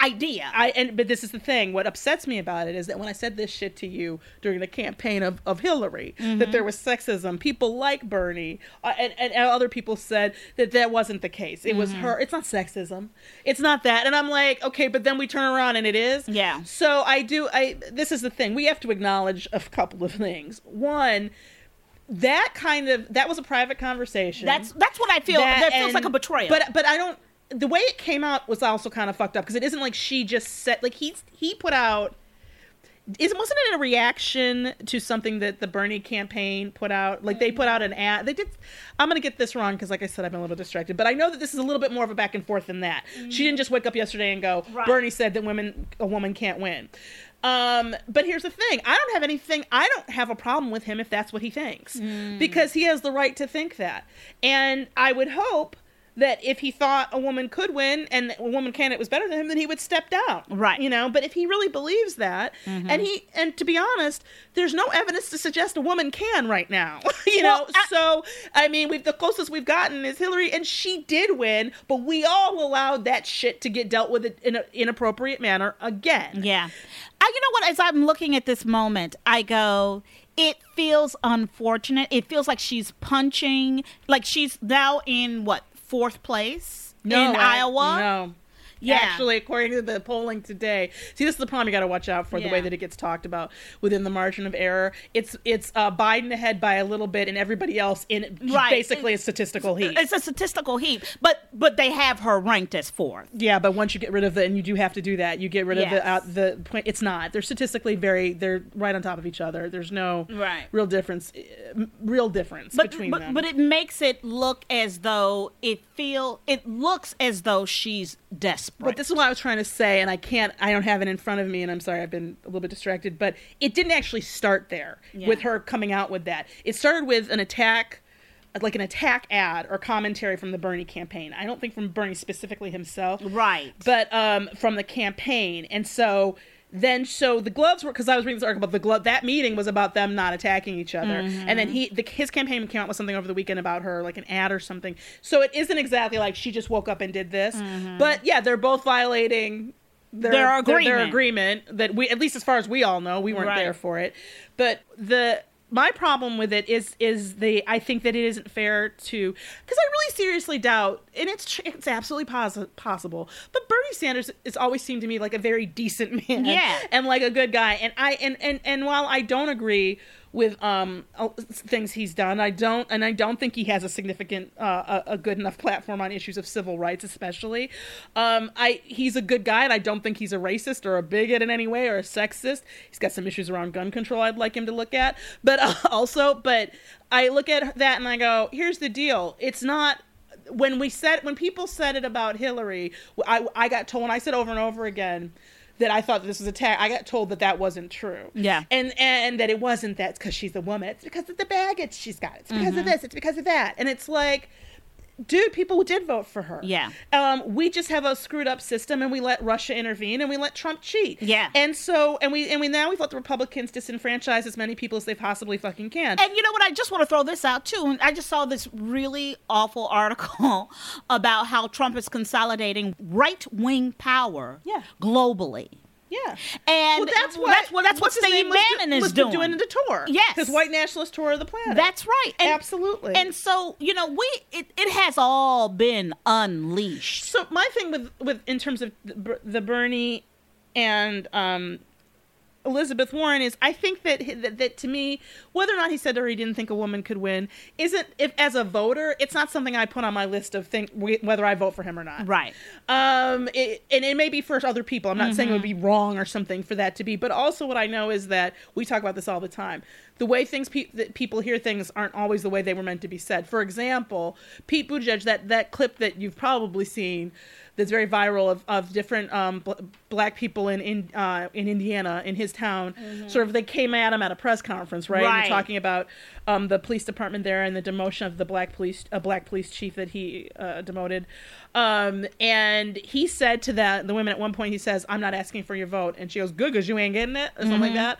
Speaker 4: idea
Speaker 5: I and but this is the thing. What upsets me about it is that when I said this shit to you during the campaign of, of Hillary, that
Speaker 4: Mm-hmm.
Speaker 5: there was sexism. People like Bernie uh, and, and and other people said that that wasn't the case. It was
Speaker 4: Mm-hmm.
Speaker 5: her. It's not sexism. It's not that. And I'm like, okay, but then we turn around and it is.
Speaker 4: Yeah.
Speaker 5: So I do. I this is the thing. We have to acknowledge a couple of things. One, that kind of that was a private conversation.
Speaker 4: that's that's what i feel that,
Speaker 5: That
Speaker 4: feels
Speaker 5: and-
Speaker 4: like a betrayal
Speaker 5: But but I don't. The way it came out was also kind of fucked up because it isn't like she just said like he's he put out. Is wasn't it a reaction to something that the Bernie campaign put out? Like they put out an ad. They did. I'm gonna get this wrong because, like I said, I've been a little distracted. But I know that this is a little bit more of a back and forth than that. She didn't just wake up yesterday and go,
Speaker 4: Right.
Speaker 5: "Bernie said that women a woman can't win." Um, but here's the thing: I don't have anything. I don't have a problem with him if that's what he thinks, because he has the right to think that. And I would hope that if he thought a woman could win and that a woman candidate was better than him, then he would step down.
Speaker 4: Right. Mm-hmm.
Speaker 5: You know. But if he really believes that, and he and to be honest, there's no evidence to suggest a woman can right now. <laughs> you
Speaker 4: Well,
Speaker 5: know.
Speaker 4: I-
Speaker 5: so I mean, we've the closest we've gotten is Hillary, and she did win, but we all allowed that shit to get dealt with in an inappropriate manner again.
Speaker 4: Yeah. I, you know what? As I'm looking at this moment, I go, it feels unfortunate. It feels like she's punching, like she's now in what, fourth place in
Speaker 5: I-
Speaker 4: Iowa?
Speaker 5: No.
Speaker 4: Yeah.
Speaker 5: Actually, according to the polling today, see this is the problem you got to watch out for the way
Speaker 4: Yeah.
Speaker 5: that it gets talked about within the margin of error. It's it's uh, Biden ahead by a little bit, and everybody else in
Speaker 4: Right.
Speaker 5: basically a statistical heat.
Speaker 4: It's a statistical heap, but but they have her ranked as fourth.
Speaker 5: yeah, but once you get rid of the and you do have to do that, you get rid of
Speaker 4: Yes.
Speaker 5: the out the point. It's not they're statistically very they're right on top of each other. There's no
Speaker 4: Right.
Speaker 5: real difference, uh, real difference
Speaker 4: But,
Speaker 5: between
Speaker 4: but,
Speaker 5: them.
Speaker 4: but it makes it look as though it feel it looks as though she's desperate.
Speaker 5: But this is what I was trying to say, and I can't, I don't have it in front of me, and I'm sorry, I've been a little bit distracted. But it didn't actually start there with her coming out with that. It started with an attack, like an attack ad or commentary from the Bernie campaign. I don't think from Bernie specifically himself,
Speaker 4: Right.
Speaker 5: But um, from the campaign, and so. Then so the gloves were because I was reading this article about the glove. That meeting was about them not attacking each other,
Speaker 4: Mm-hmm.
Speaker 5: and then he the, his campaign came out with something over the weekend about her, like an ad or something. So it isn't exactly like she just woke up and did this, but yeah, they're both violating their
Speaker 4: Mm-hmm. Their
Speaker 5: their,
Speaker 4: agreement.
Speaker 5: agreement that we at least as far as we all know we weren't
Speaker 4: Right.
Speaker 5: there for it. But the my problem with it is is the I think that it isn't fair to because I really seriously doubt and it's tr- it's absolutely posi- possible. But Bernie Sanders has always seemed to me like a very decent <laughs> man
Speaker 4: Yeah.
Speaker 5: and like a good guy. And I and and and while I don't agree with um uh, things he's done, I don't and I don't think he has a significant uh, a, a good enough platform on issues of civil rights, especially. Um, I he's a good guy, and I don't think he's a racist or a bigot in any way or a sexist. He's got some issues around gun control I'd like him to look at, but <laughs> uh, also, but I look at that and I go, here's the deal. It's not when we said when people said it about Hillary, I, I got told and I said over and over again that I thought this was a tag. I got told that that wasn't true.
Speaker 4: Yeah.
Speaker 5: and and that it wasn't
Speaker 4: Mm-hmm.
Speaker 5: that because she's a woman. It's because of the baggage she's got. It's because of this. It's because of that. And it's like dude, people did vote for her.
Speaker 4: Yeah.
Speaker 5: Um, we just have a screwed up system, and we let Russia intervene, and we let Trump cheat.
Speaker 4: Yeah.
Speaker 5: And so, and we and we now we've let the Republicans disenfranchise as many people as they possibly fucking can.
Speaker 4: And you know what? I just want to throw this out too. And I just saw this really awful <laughs> article about how Trump is consolidating right wing power
Speaker 5: Yeah.
Speaker 4: globally.
Speaker 5: yeah.
Speaker 4: And
Speaker 5: Well, that's what
Speaker 4: that's what that's what
Speaker 5: what's his
Speaker 4: Steve
Speaker 5: name was do-
Speaker 4: Bannon is
Speaker 5: was
Speaker 4: doing.
Speaker 5: doing the tour.
Speaker 4: Yes.
Speaker 5: his white nationalist tour of the planet.
Speaker 4: That's right. And-
Speaker 5: Absolutely.
Speaker 4: And so, you know, we it, it has all been unleashed.
Speaker 5: So my thing with with in terms of the, Ber- the Bernie and um, Elizabeth Warren is I think that, he- that that to me whether or not he said or he didn't think a woman could win isn't if as a voter it's not something I put on my list of think wh- whether I vote for him or not
Speaker 4: Right.
Speaker 5: um it, and it may be for other people I'm not saying it would be wrong or something for that to be but also what I know is that we talk about this all the time the way things pe- that people hear things aren't always the way they were meant to be said for example Pete Buttigieg that that clip that you've probably seen that's very viral of, of different um, bl- black people in in, uh, in Indiana in his town. Sort of they came at him at a press conference, right? And
Speaker 4: Mm-hmm. Right.
Speaker 5: they're talking about um, the police department there and the demotion of the black police a black police chief that he uh, demoted. Um, and he said to that the women at one point he says, "I'm not asking for your vote," and she goes, "Good, cause you ain't getting it," or something
Speaker 4: Mm-hmm.
Speaker 5: like that.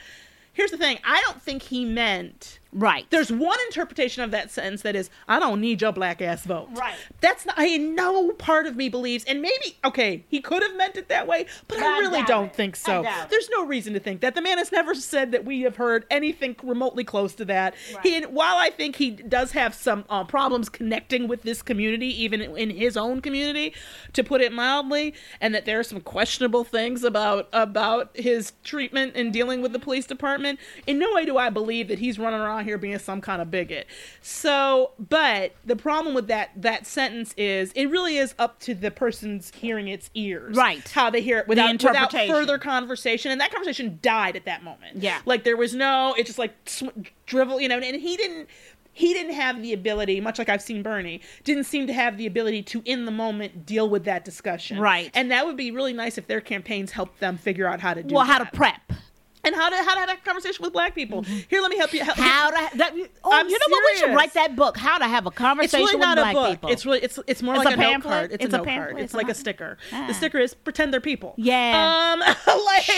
Speaker 5: Here's the thing: I don't think he meant
Speaker 4: Right.
Speaker 5: there's one interpretation of that sentence that is, I don't need your black ass vote.
Speaker 4: Right.
Speaker 5: That's not, I no part of me believes, and maybe, okay, he could have meant it that way, but I,
Speaker 4: I
Speaker 5: really
Speaker 4: doubt
Speaker 5: don't
Speaker 4: it.
Speaker 5: think
Speaker 4: I
Speaker 5: so.
Speaker 4: doubt it.
Speaker 5: There's no reason to think that. The man has never said that we have heard anything remotely close to that. He, and while I think he does have some uh, problems connecting with this community, even in his own community, to put it mildly, and that there are some questionable things about about his treatment and dealing with the
Speaker 4: Mm-hmm.
Speaker 5: police department. In no way do I believe that he's running around here being some kind of bigot. So, but the problem with that that sentence is it really is up to the person's hearing its ears,
Speaker 4: Right.
Speaker 5: How they hear it without, without
Speaker 4: interpretation.
Speaker 5: further conversation, and that conversation died at that moment.
Speaker 4: Yeah.
Speaker 5: like there was no, it just like sw- drivel, you know. And, and he didn't, he didn't have the ability, much like I've seen Bernie, didn't seem to have the ability to in the moment deal with that discussion.
Speaker 4: Right.
Speaker 5: and that would be really nice if their campaigns helped them figure out how to do
Speaker 4: well, how to
Speaker 5: that.
Speaker 4: prep.
Speaker 5: and how to how to have a conversation with black people. Here, let me help you. Help,
Speaker 4: How
Speaker 5: <laughs>
Speaker 4: to that, oh,
Speaker 5: I'm
Speaker 4: you know what? We should
Speaker 5: serious.
Speaker 4: write that book, How to Have a
Speaker 5: It's
Speaker 4: Conversation
Speaker 5: really not
Speaker 4: with
Speaker 5: a
Speaker 4: Black
Speaker 5: book.
Speaker 4: People.
Speaker 5: It's really it's it's more
Speaker 4: It's
Speaker 5: like
Speaker 4: a
Speaker 5: a, note
Speaker 4: pamphlet?
Speaker 5: card. It's,
Speaker 4: It's
Speaker 5: a,
Speaker 4: a
Speaker 5: note
Speaker 4: pamphlet?
Speaker 5: card. It's
Speaker 4: It's
Speaker 5: like
Speaker 4: not-
Speaker 5: a sticker.
Speaker 4: Ah.
Speaker 5: The sticker is pretend they're people.
Speaker 4: Yeah.
Speaker 5: Um, <laughs> like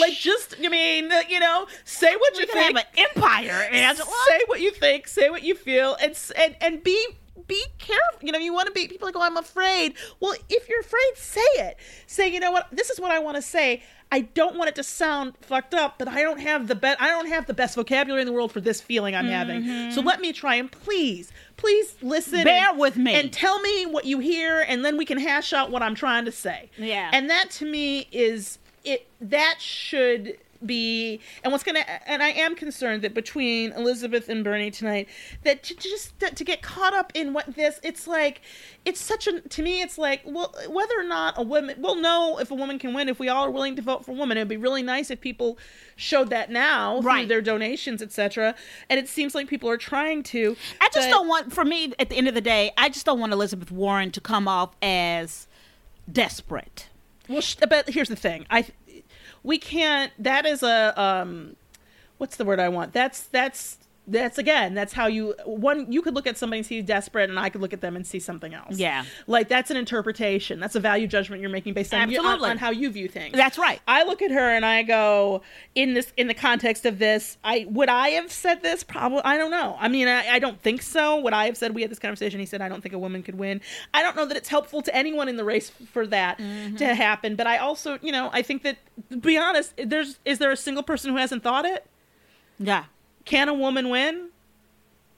Speaker 5: like just I mean you know say what you
Speaker 4: We're gonna have
Speaker 5: think.
Speaker 4: an empire, Angela.
Speaker 5: say what you think. Say what you feel. And s- and and be be careful. You know you want to be people like oh I'm afraid. Well if you're afraid say it. Say you know what this is what I want to say. I don't want it to sound fucked up, but I don't have the best. I don't have the best vocabulary in the world for this feeling I'm having. So let me try and please, please listen.
Speaker 4: Bear
Speaker 5: and-
Speaker 4: with me.
Speaker 5: and tell me what you hear and then we can hash out what i'm trying to say
Speaker 4: Yeah.
Speaker 5: and that to me is it that should be and what's gonna and i am concerned that between elizabeth and bernie tonight that to just that to get caught up in what this it's like it's such a to me it's like well whether or not a woman we'll know if a woman can win if we all are willing to vote for women it'd be really nice if people showed that now through
Speaker 4: Right.
Speaker 5: their donations etc and it seems like people are trying to
Speaker 4: I just
Speaker 5: but-
Speaker 4: don't want, for me, at the end of the day, I just don't want Elizabeth Warren to come off as desperate.
Speaker 5: Well, sh- but here's the thing. I we can't. That is a um, what's the word I want? That's that's that's again. That's how you one. You could look at somebody and see desperate, and I could look at them and see something else.
Speaker 4: Yeah.
Speaker 5: like that's an interpretation. That's a value judgment you're making based on you, on,
Speaker 4: Absolutely.
Speaker 5: on how you view things.
Speaker 4: That's right.
Speaker 5: I look at her and I go, in this, in the context of this, I would I have said this? Probably, I don't know. I mean, I, I don't think so. Would I have said we had this conversation? He said, I don't think a woman could win. I don't know that it's helpful to anyone in the race for that
Speaker 4: Mm-hmm.
Speaker 5: to happen. But I also, you know, I think that, to be honest, there's is there a single person who hasn't thought it?
Speaker 4: Yeah.
Speaker 5: Can a woman win?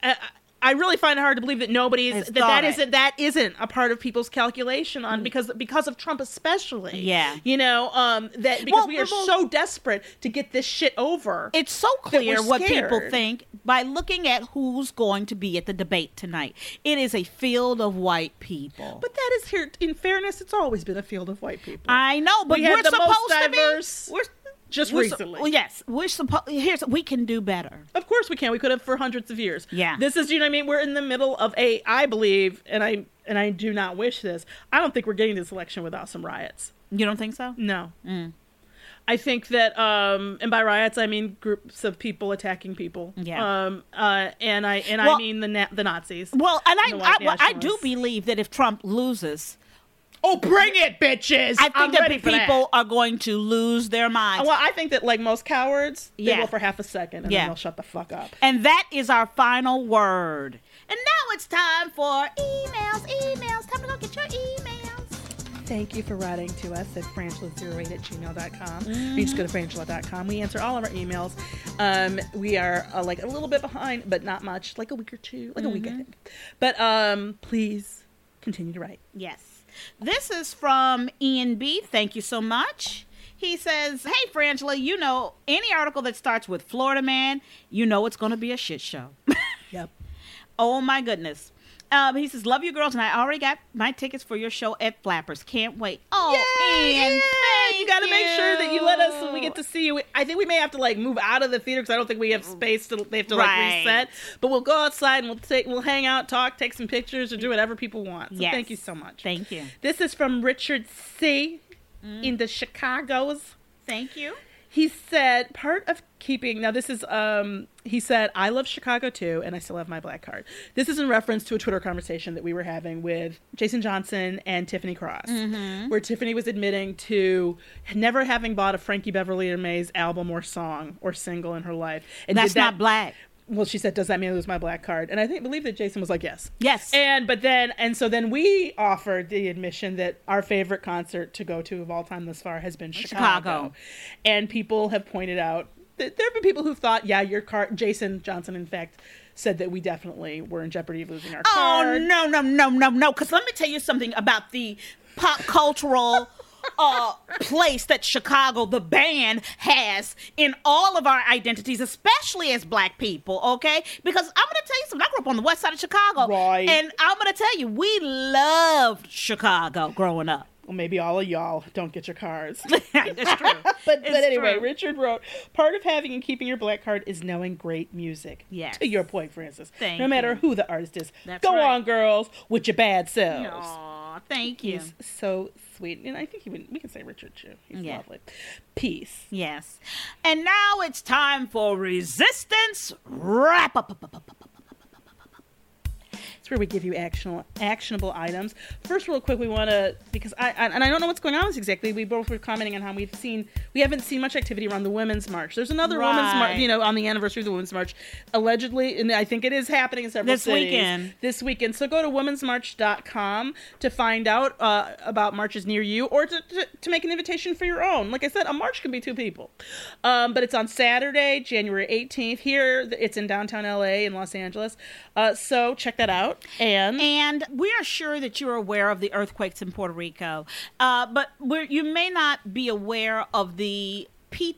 Speaker 5: I, I really find it hard to believe that nobody's
Speaker 4: Has
Speaker 5: that
Speaker 4: thought
Speaker 5: that
Speaker 4: it. Mm.
Speaker 5: isn't that isn't a part of people's calculation on because because of Trump especially.
Speaker 4: Yeah.
Speaker 5: you know um, that because
Speaker 4: Well,
Speaker 5: we are
Speaker 4: well-
Speaker 5: so desperate to get this shit over.
Speaker 4: It's so
Speaker 5: that we're
Speaker 4: clear what people
Speaker 5: scared.
Speaker 4: think by looking at who's going to be at the debate tonight. It is a field of white people.
Speaker 5: but that is here. In fairness, it's always been a field of white people.
Speaker 4: I know, but
Speaker 5: we
Speaker 4: we are
Speaker 5: had the
Speaker 4: supposed
Speaker 5: most diverse.
Speaker 4: to be. We're,
Speaker 5: just
Speaker 4: we're su-
Speaker 5: recently.
Speaker 4: well, yes, we're supposed. Here's we can do better.
Speaker 5: Of course we can. We could have for hundreds of years.
Speaker 4: Yeah.
Speaker 5: This is, you know what I mean? We're in the middle of a, I believe, and I and I do not wish this. I don't think we're getting this election without some riots.
Speaker 4: You don't think so?
Speaker 5: No. I think that, um, and by riots I mean groups of people attacking people.
Speaker 4: Yeah.
Speaker 5: Um, uh, and I and I
Speaker 4: Well-
Speaker 5: mean the na- the Nazis.
Speaker 4: Well, and
Speaker 5: the
Speaker 4: I,
Speaker 5: white
Speaker 4: I, well, I do
Speaker 5: nationalists.
Speaker 4: believe that if Trump loses,
Speaker 5: Oh, bring it, bitches!
Speaker 4: I think
Speaker 5: I'm
Speaker 4: that
Speaker 5: ready for
Speaker 4: people are going to lose their minds.
Speaker 5: Uh, Well, I think that like most cowards,
Speaker 4: Yeah.
Speaker 5: they will for half a second and
Speaker 4: Yeah.
Speaker 5: then they'll shut the fuck up.
Speaker 4: and that is our final word. And now it's time for emails, emails. Time to go get your emails.
Speaker 5: Thank you for writing to us at frangela08 at gmail.com.
Speaker 4: Mm.
Speaker 5: You just go to frangela.com. We answer all of our emails. Um, we are uh, like a little bit behind, but not much, like a week or two, like a
Speaker 4: Mm-hmm.
Speaker 5: week, I think. But um, please continue to write.
Speaker 4: Yes. This is from Ian B. Thank you so much. He says, Hey, Frangela, you know, any article that starts with Florida man, you know it's going to be a shit show.
Speaker 5: Yep.
Speaker 4: oh, my goodness. Um, he says, Love you, girls, and I already got my tickets for your show at Flappers. Can't wait. Oh,
Speaker 5: Yay!
Speaker 4: Ian,
Speaker 5: Yeah, you
Speaker 4: thank
Speaker 5: gotta make sure that you let us we get to see you. I think we may have to like move out of the theater because I don't think we have space to. They have to
Speaker 4: Right.
Speaker 5: like reset, but we'll go outside and we'll take we'll hang out, talk, take some pictures, or do whatever people want. So
Speaker 4: Yes.
Speaker 5: thank you so much.
Speaker 4: Thank you.
Speaker 5: This is from Richard C. in the Chicago's.
Speaker 4: Thank you.
Speaker 5: He said part of keeping now this is um he said I love Chicago too and I still have my black card. This is in reference to a Twitter conversation that we were having with Jason Johnson and Tiffany Cross
Speaker 4: Mm-hmm.
Speaker 5: where Tiffany was admitting to never having bought a Frankie Beverly or Mays album or song or single in her life. And
Speaker 4: That's
Speaker 5: did that-
Speaker 4: not black.
Speaker 5: well, she said, "Does that mean I lose my black card?" And I think believe that Jason was like, "Yes,
Speaker 4: Yes.
Speaker 5: And but then and so then we offered the admission that our favorite concert to go to of all time thus far has been Chicago,
Speaker 4: Chicago.
Speaker 5: and people have pointed out that there have been people who thought, "Yeah, your card." Jason Johnson, in fact, said that we definitely were in jeopardy of losing our
Speaker 4: Oh
Speaker 5: card.
Speaker 4: no no no no no! Because let me tell you something about the pop cultural uh, place that Chicago, the band, has in all of our identities, especially as Black people. Okay, because I'm gonna tell you something. I grew up on the west side of Chicago,
Speaker 5: Right.
Speaker 4: and I'm gonna tell you, we loved Chicago growing up. <laughs>
Speaker 5: Well, maybe all of y'all don't get your cards.
Speaker 4: That's true.
Speaker 5: <laughs> but,
Speaker 4: It's
Speaker 5: but anyway,
Speaker 4: true.
Speaker 5: Richard wrote, part of having and keeping your black card is knowing great music.
Speaker 4: Yes.
Speaker 5: To your point, Francis.
Speaker 4: Thank
Speaker 5: no matter
Speaker 4: you.
Speaker 5: who the artist is.
Speaker 4: That's
Speaker 5: go
Speaker 4: right.
Speaker 5: on, girls, with your bad selves.
Speaker 4: Aw, thank you.
Speaker 5: He's so sweet. And I think he would, we can say Richard too. He's
Speaker 4: Yeah.
Speaker 5: lovely. Peace.
Speaker 4: Yes. And now it's time for resistance wrap up.
Speaker 5: It's where we give you actionable actionable items. First, real quick, we want to because I, I and I don't know what's going on with this exactly. We both were commenting on how we've seen we haven't seen much activity around the women's march. There's another women's march,
Speaker 4: Right.
Speaker 5: you know, on the anniversary of the women's march, allegedly, and I think it is happening in several
Speaker 4: This
Speaker 5: cities
Speaker 4: weekend.
Speaker 5: This weekend, so go to womensmarch.com to find out uh, about marches near you or to, to to make an invitation for your own. Like I said, a march can be two people, um, but it's on Saturday, January 18th. Here, it's in downtown LA in Los Angeles. Uh, so check that out and.
Speaker 4: And we are sure that you're aware of the earthquakes in Puerto Rico, uh, but we're, you may not be aware of the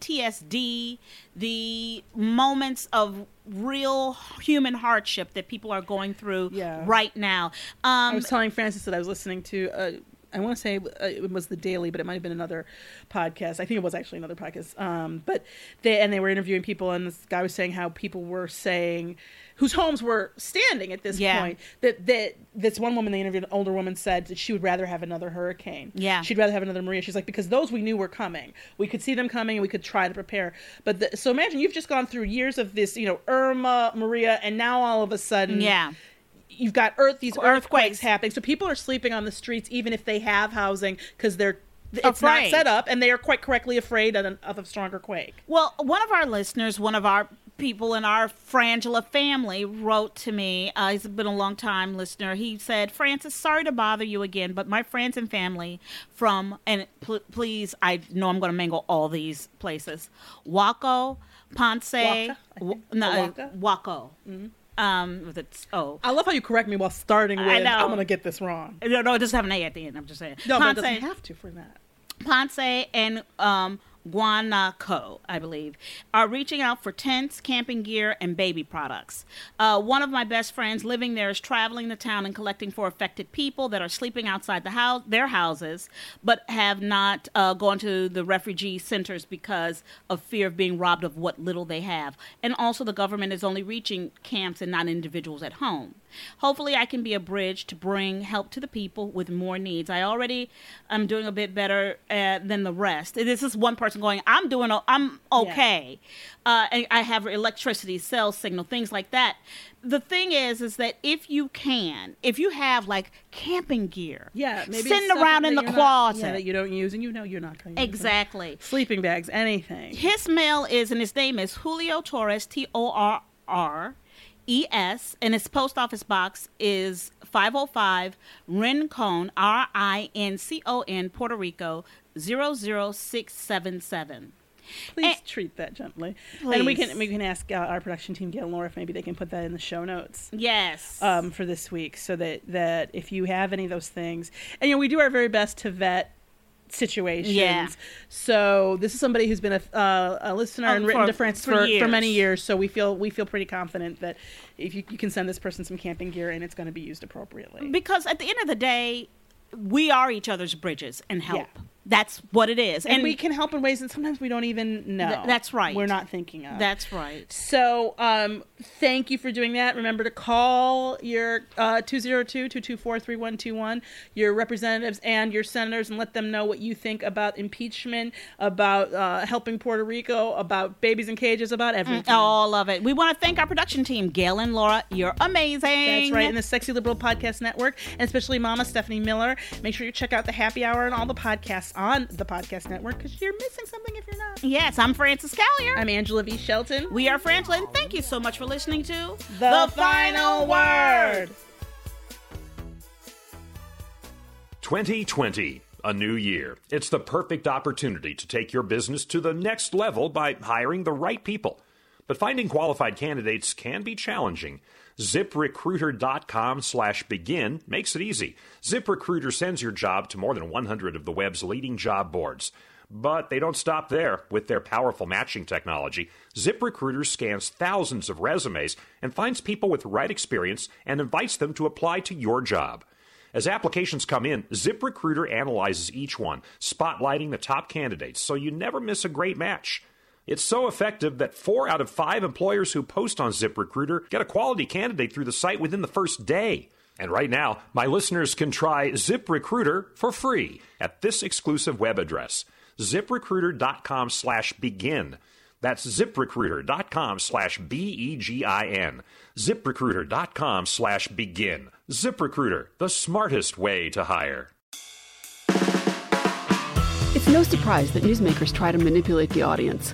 Speaker 4: PTSD, the moments of real human hardship that people are going through
Speaker 5: Yeah.
Speaker 4: right now.
Speaker 5: I
Speaker 4: Um,
Speaker 5: was telling Francis that I was listening to. Uh, I want to say uh, it was the Daily, but it might have been another podcast. I think it was actually another podcast. Um, but they and they were interviewing people, and this guy was saying how people were saying whose homes were standing at this
Speaker 4: Yeah.
Speaker 5: point. That that this one woman they interviewed, an older woman, said that she would rather have another hurricane.
Speaker 4: Yeah.
Speaker 5: she'd rather have another Maria. She's like because those we knew were coming. We could see them coming, and we could try to prepare. But the, so imagine you've just gone through years of this, you know, Irma, Maria, and now all of a sudden,
Speaker 4: yeah.
Speaker 5: you've got earth these earthquakes,
Speaker 4: Earthquakes.
Speaker 5: happening so people are sleeping on the streets even if they have housing because they're it's
Speaker 4: Afraid.
Speaker 5: not set up and they are quite correctly afraid of, an, of a stronger quake
Speaker 4: Well, one of our listeners, one of our people in our Frangela family, wrote to me. Uh, he's been a long time listener. He said, Francis, sorry to bother you again, but my friends and family from, and pl- please, I know I'm going to mangle all these places Waco, Ponce,
Speaker 5: Waka, I
Speaker 4: Wa-
Speaker 5: think. Mm-hmm.
Speaker 4: no,
Speaker 5: Or
Speaker 4: Waco.
Speaker 5: Waka.
Speaker 4: Um, with its O.
Speaker 5: i love how you correct me while starting with
Speaker 4: I know.
Speaker 5: i'm gonna get this wrong
Speaker 4: No, no, it doesn't have an A at the end. I'm just saying.
Speaker 5: no but it
Speaker 4: Ponce,
Speaker 5: doesn't have to for that
Speaker 4: Ponce and um, Guanaco, I believe, are reaching out for tents, camping gear, and baby products. Uh, one of my best friends living there is traveling the town and collecting for affected people that are sleeping outside the house, their houses, but have not uh, gone to the refugee centers because of fear of being robbed of what little they have. And also, the government is only reaching camps and not individuals at home. Hopefully, I can be a bridge to bring help to the people with more needs. I already am doing a bit better uh, than the rest. This is one person going, I'm doing, o- I'm okay. Uh, and I have electricity, cell signal, things like that. The thing is, is that if you can, if you have like camping gear,
Speaker 5: Yeah, maybe it's
Speaker 4: sitting
Speaker 5: something
Speaker 4: around
Speaker 5: that
Speaker 4: in the
Speaker 5: you're not-
Speaker 4: closet,
Speaker 5: yeah, that you don't use, and you know you're not going to
Speaker 4: exactly.
Speaker 5: sleeping bags, anything.
Speaker 4: His mail is, and his name is Julio Torres, T O R R E S, and his post office box is 505 Rincon, R I N C O N, Puerto Rico, 00677.
Speaker 5: Please treat that gently, and we
Speaker 4: Please.
Speaker 5: can we can ask uh, our production team, Gail and Laura, if maybe they can put that in the show notes.
Speaker 4: Yes.
Speaker 5: um, for this week so that that if you have any of those things and you know we do our very best to vet situations
Speaker 4: Yeah.
Speaker 5: so this is somebody who's been a, uh, a listener
Speaker 4: Oh,
Speaker 5: and written
Speaker 4: for-
Speaker 5: to france
Speaker 4: for
Speaker 5: for, for
Speaker 4: years.
Speaker 5: many years so we feel we feel pretty confident that if you, you can send this person some camping gear and it's going to be used appropriately
Speaker 4: because at the end of the day, we are each other's bridges and help.
Speaker 5: Yeah.
Speaker 4: That's what it is.
Speaker 5: and, we can help in ways that sometimes we don't even know
Speaker 4: Th- that's right.
Speaker 5: we're not thinking of
Speaker 4: That's right.
Speaker 5: So, um, thank you for doing that. Remember to call your uh, 202-224-3121, your representatives and your senators, and let them know what you think about impeachment, about uh, helping Puerto Rico, about babies in cages, about
Speaker 4: Mm,
Speaker 5: everything.
Speaker 4: All of it. We want to thank our production team, Gail and Laura. You're amazing.
Speaker 5: That's right, in the Sexy Liberal Podcast Network, and especially Mama Stephanie Miller. Make sure you check out the happy hour and all the podcasts on the podcast network because you're missing something if you're not.
Speaker 4: Yes, I'm Frances Callier.
Speaker 5: I'm Angela V. Shelton.
Speaker 4: We are Franklin. Thank you so much for listening to
Speaker 5: The Final Word.
Speaker 3: 2020, a new year. It's the perfect opportunity to take your business to the next level by hiring the right people. But finding qualified candidates can be challenging. ZipRecruiter.com slash begin makes it easy. ZipRecruiter sends your job to more than 100 of the web's leading job boards. But they don't stop there. With their powerful matching technology, ZipRecruiter scans thousands of resumes and finds people with the right experience and invites them to apply to your job. As applications come in, ZipRecruiter analyzes each one, spotlighting the top candidates so you never miss a great match. It's so effective that four out of five employers who post on ZipRecruiter get a quality candidate through the site within the first day. And right now, my listeners can try ZipRecruiter for free at this exclusive web address, ziprecruiter.com slash begin. That's ziprecruiter.com slash B E G I N. ZipRecruiter.com slash begin. ZipRecruiter, the smartest way to hire.
Speaker 7: It's no surprise that newsmakers try to manipulate the audience.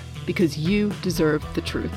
Speaker 7: because you deserve the truth.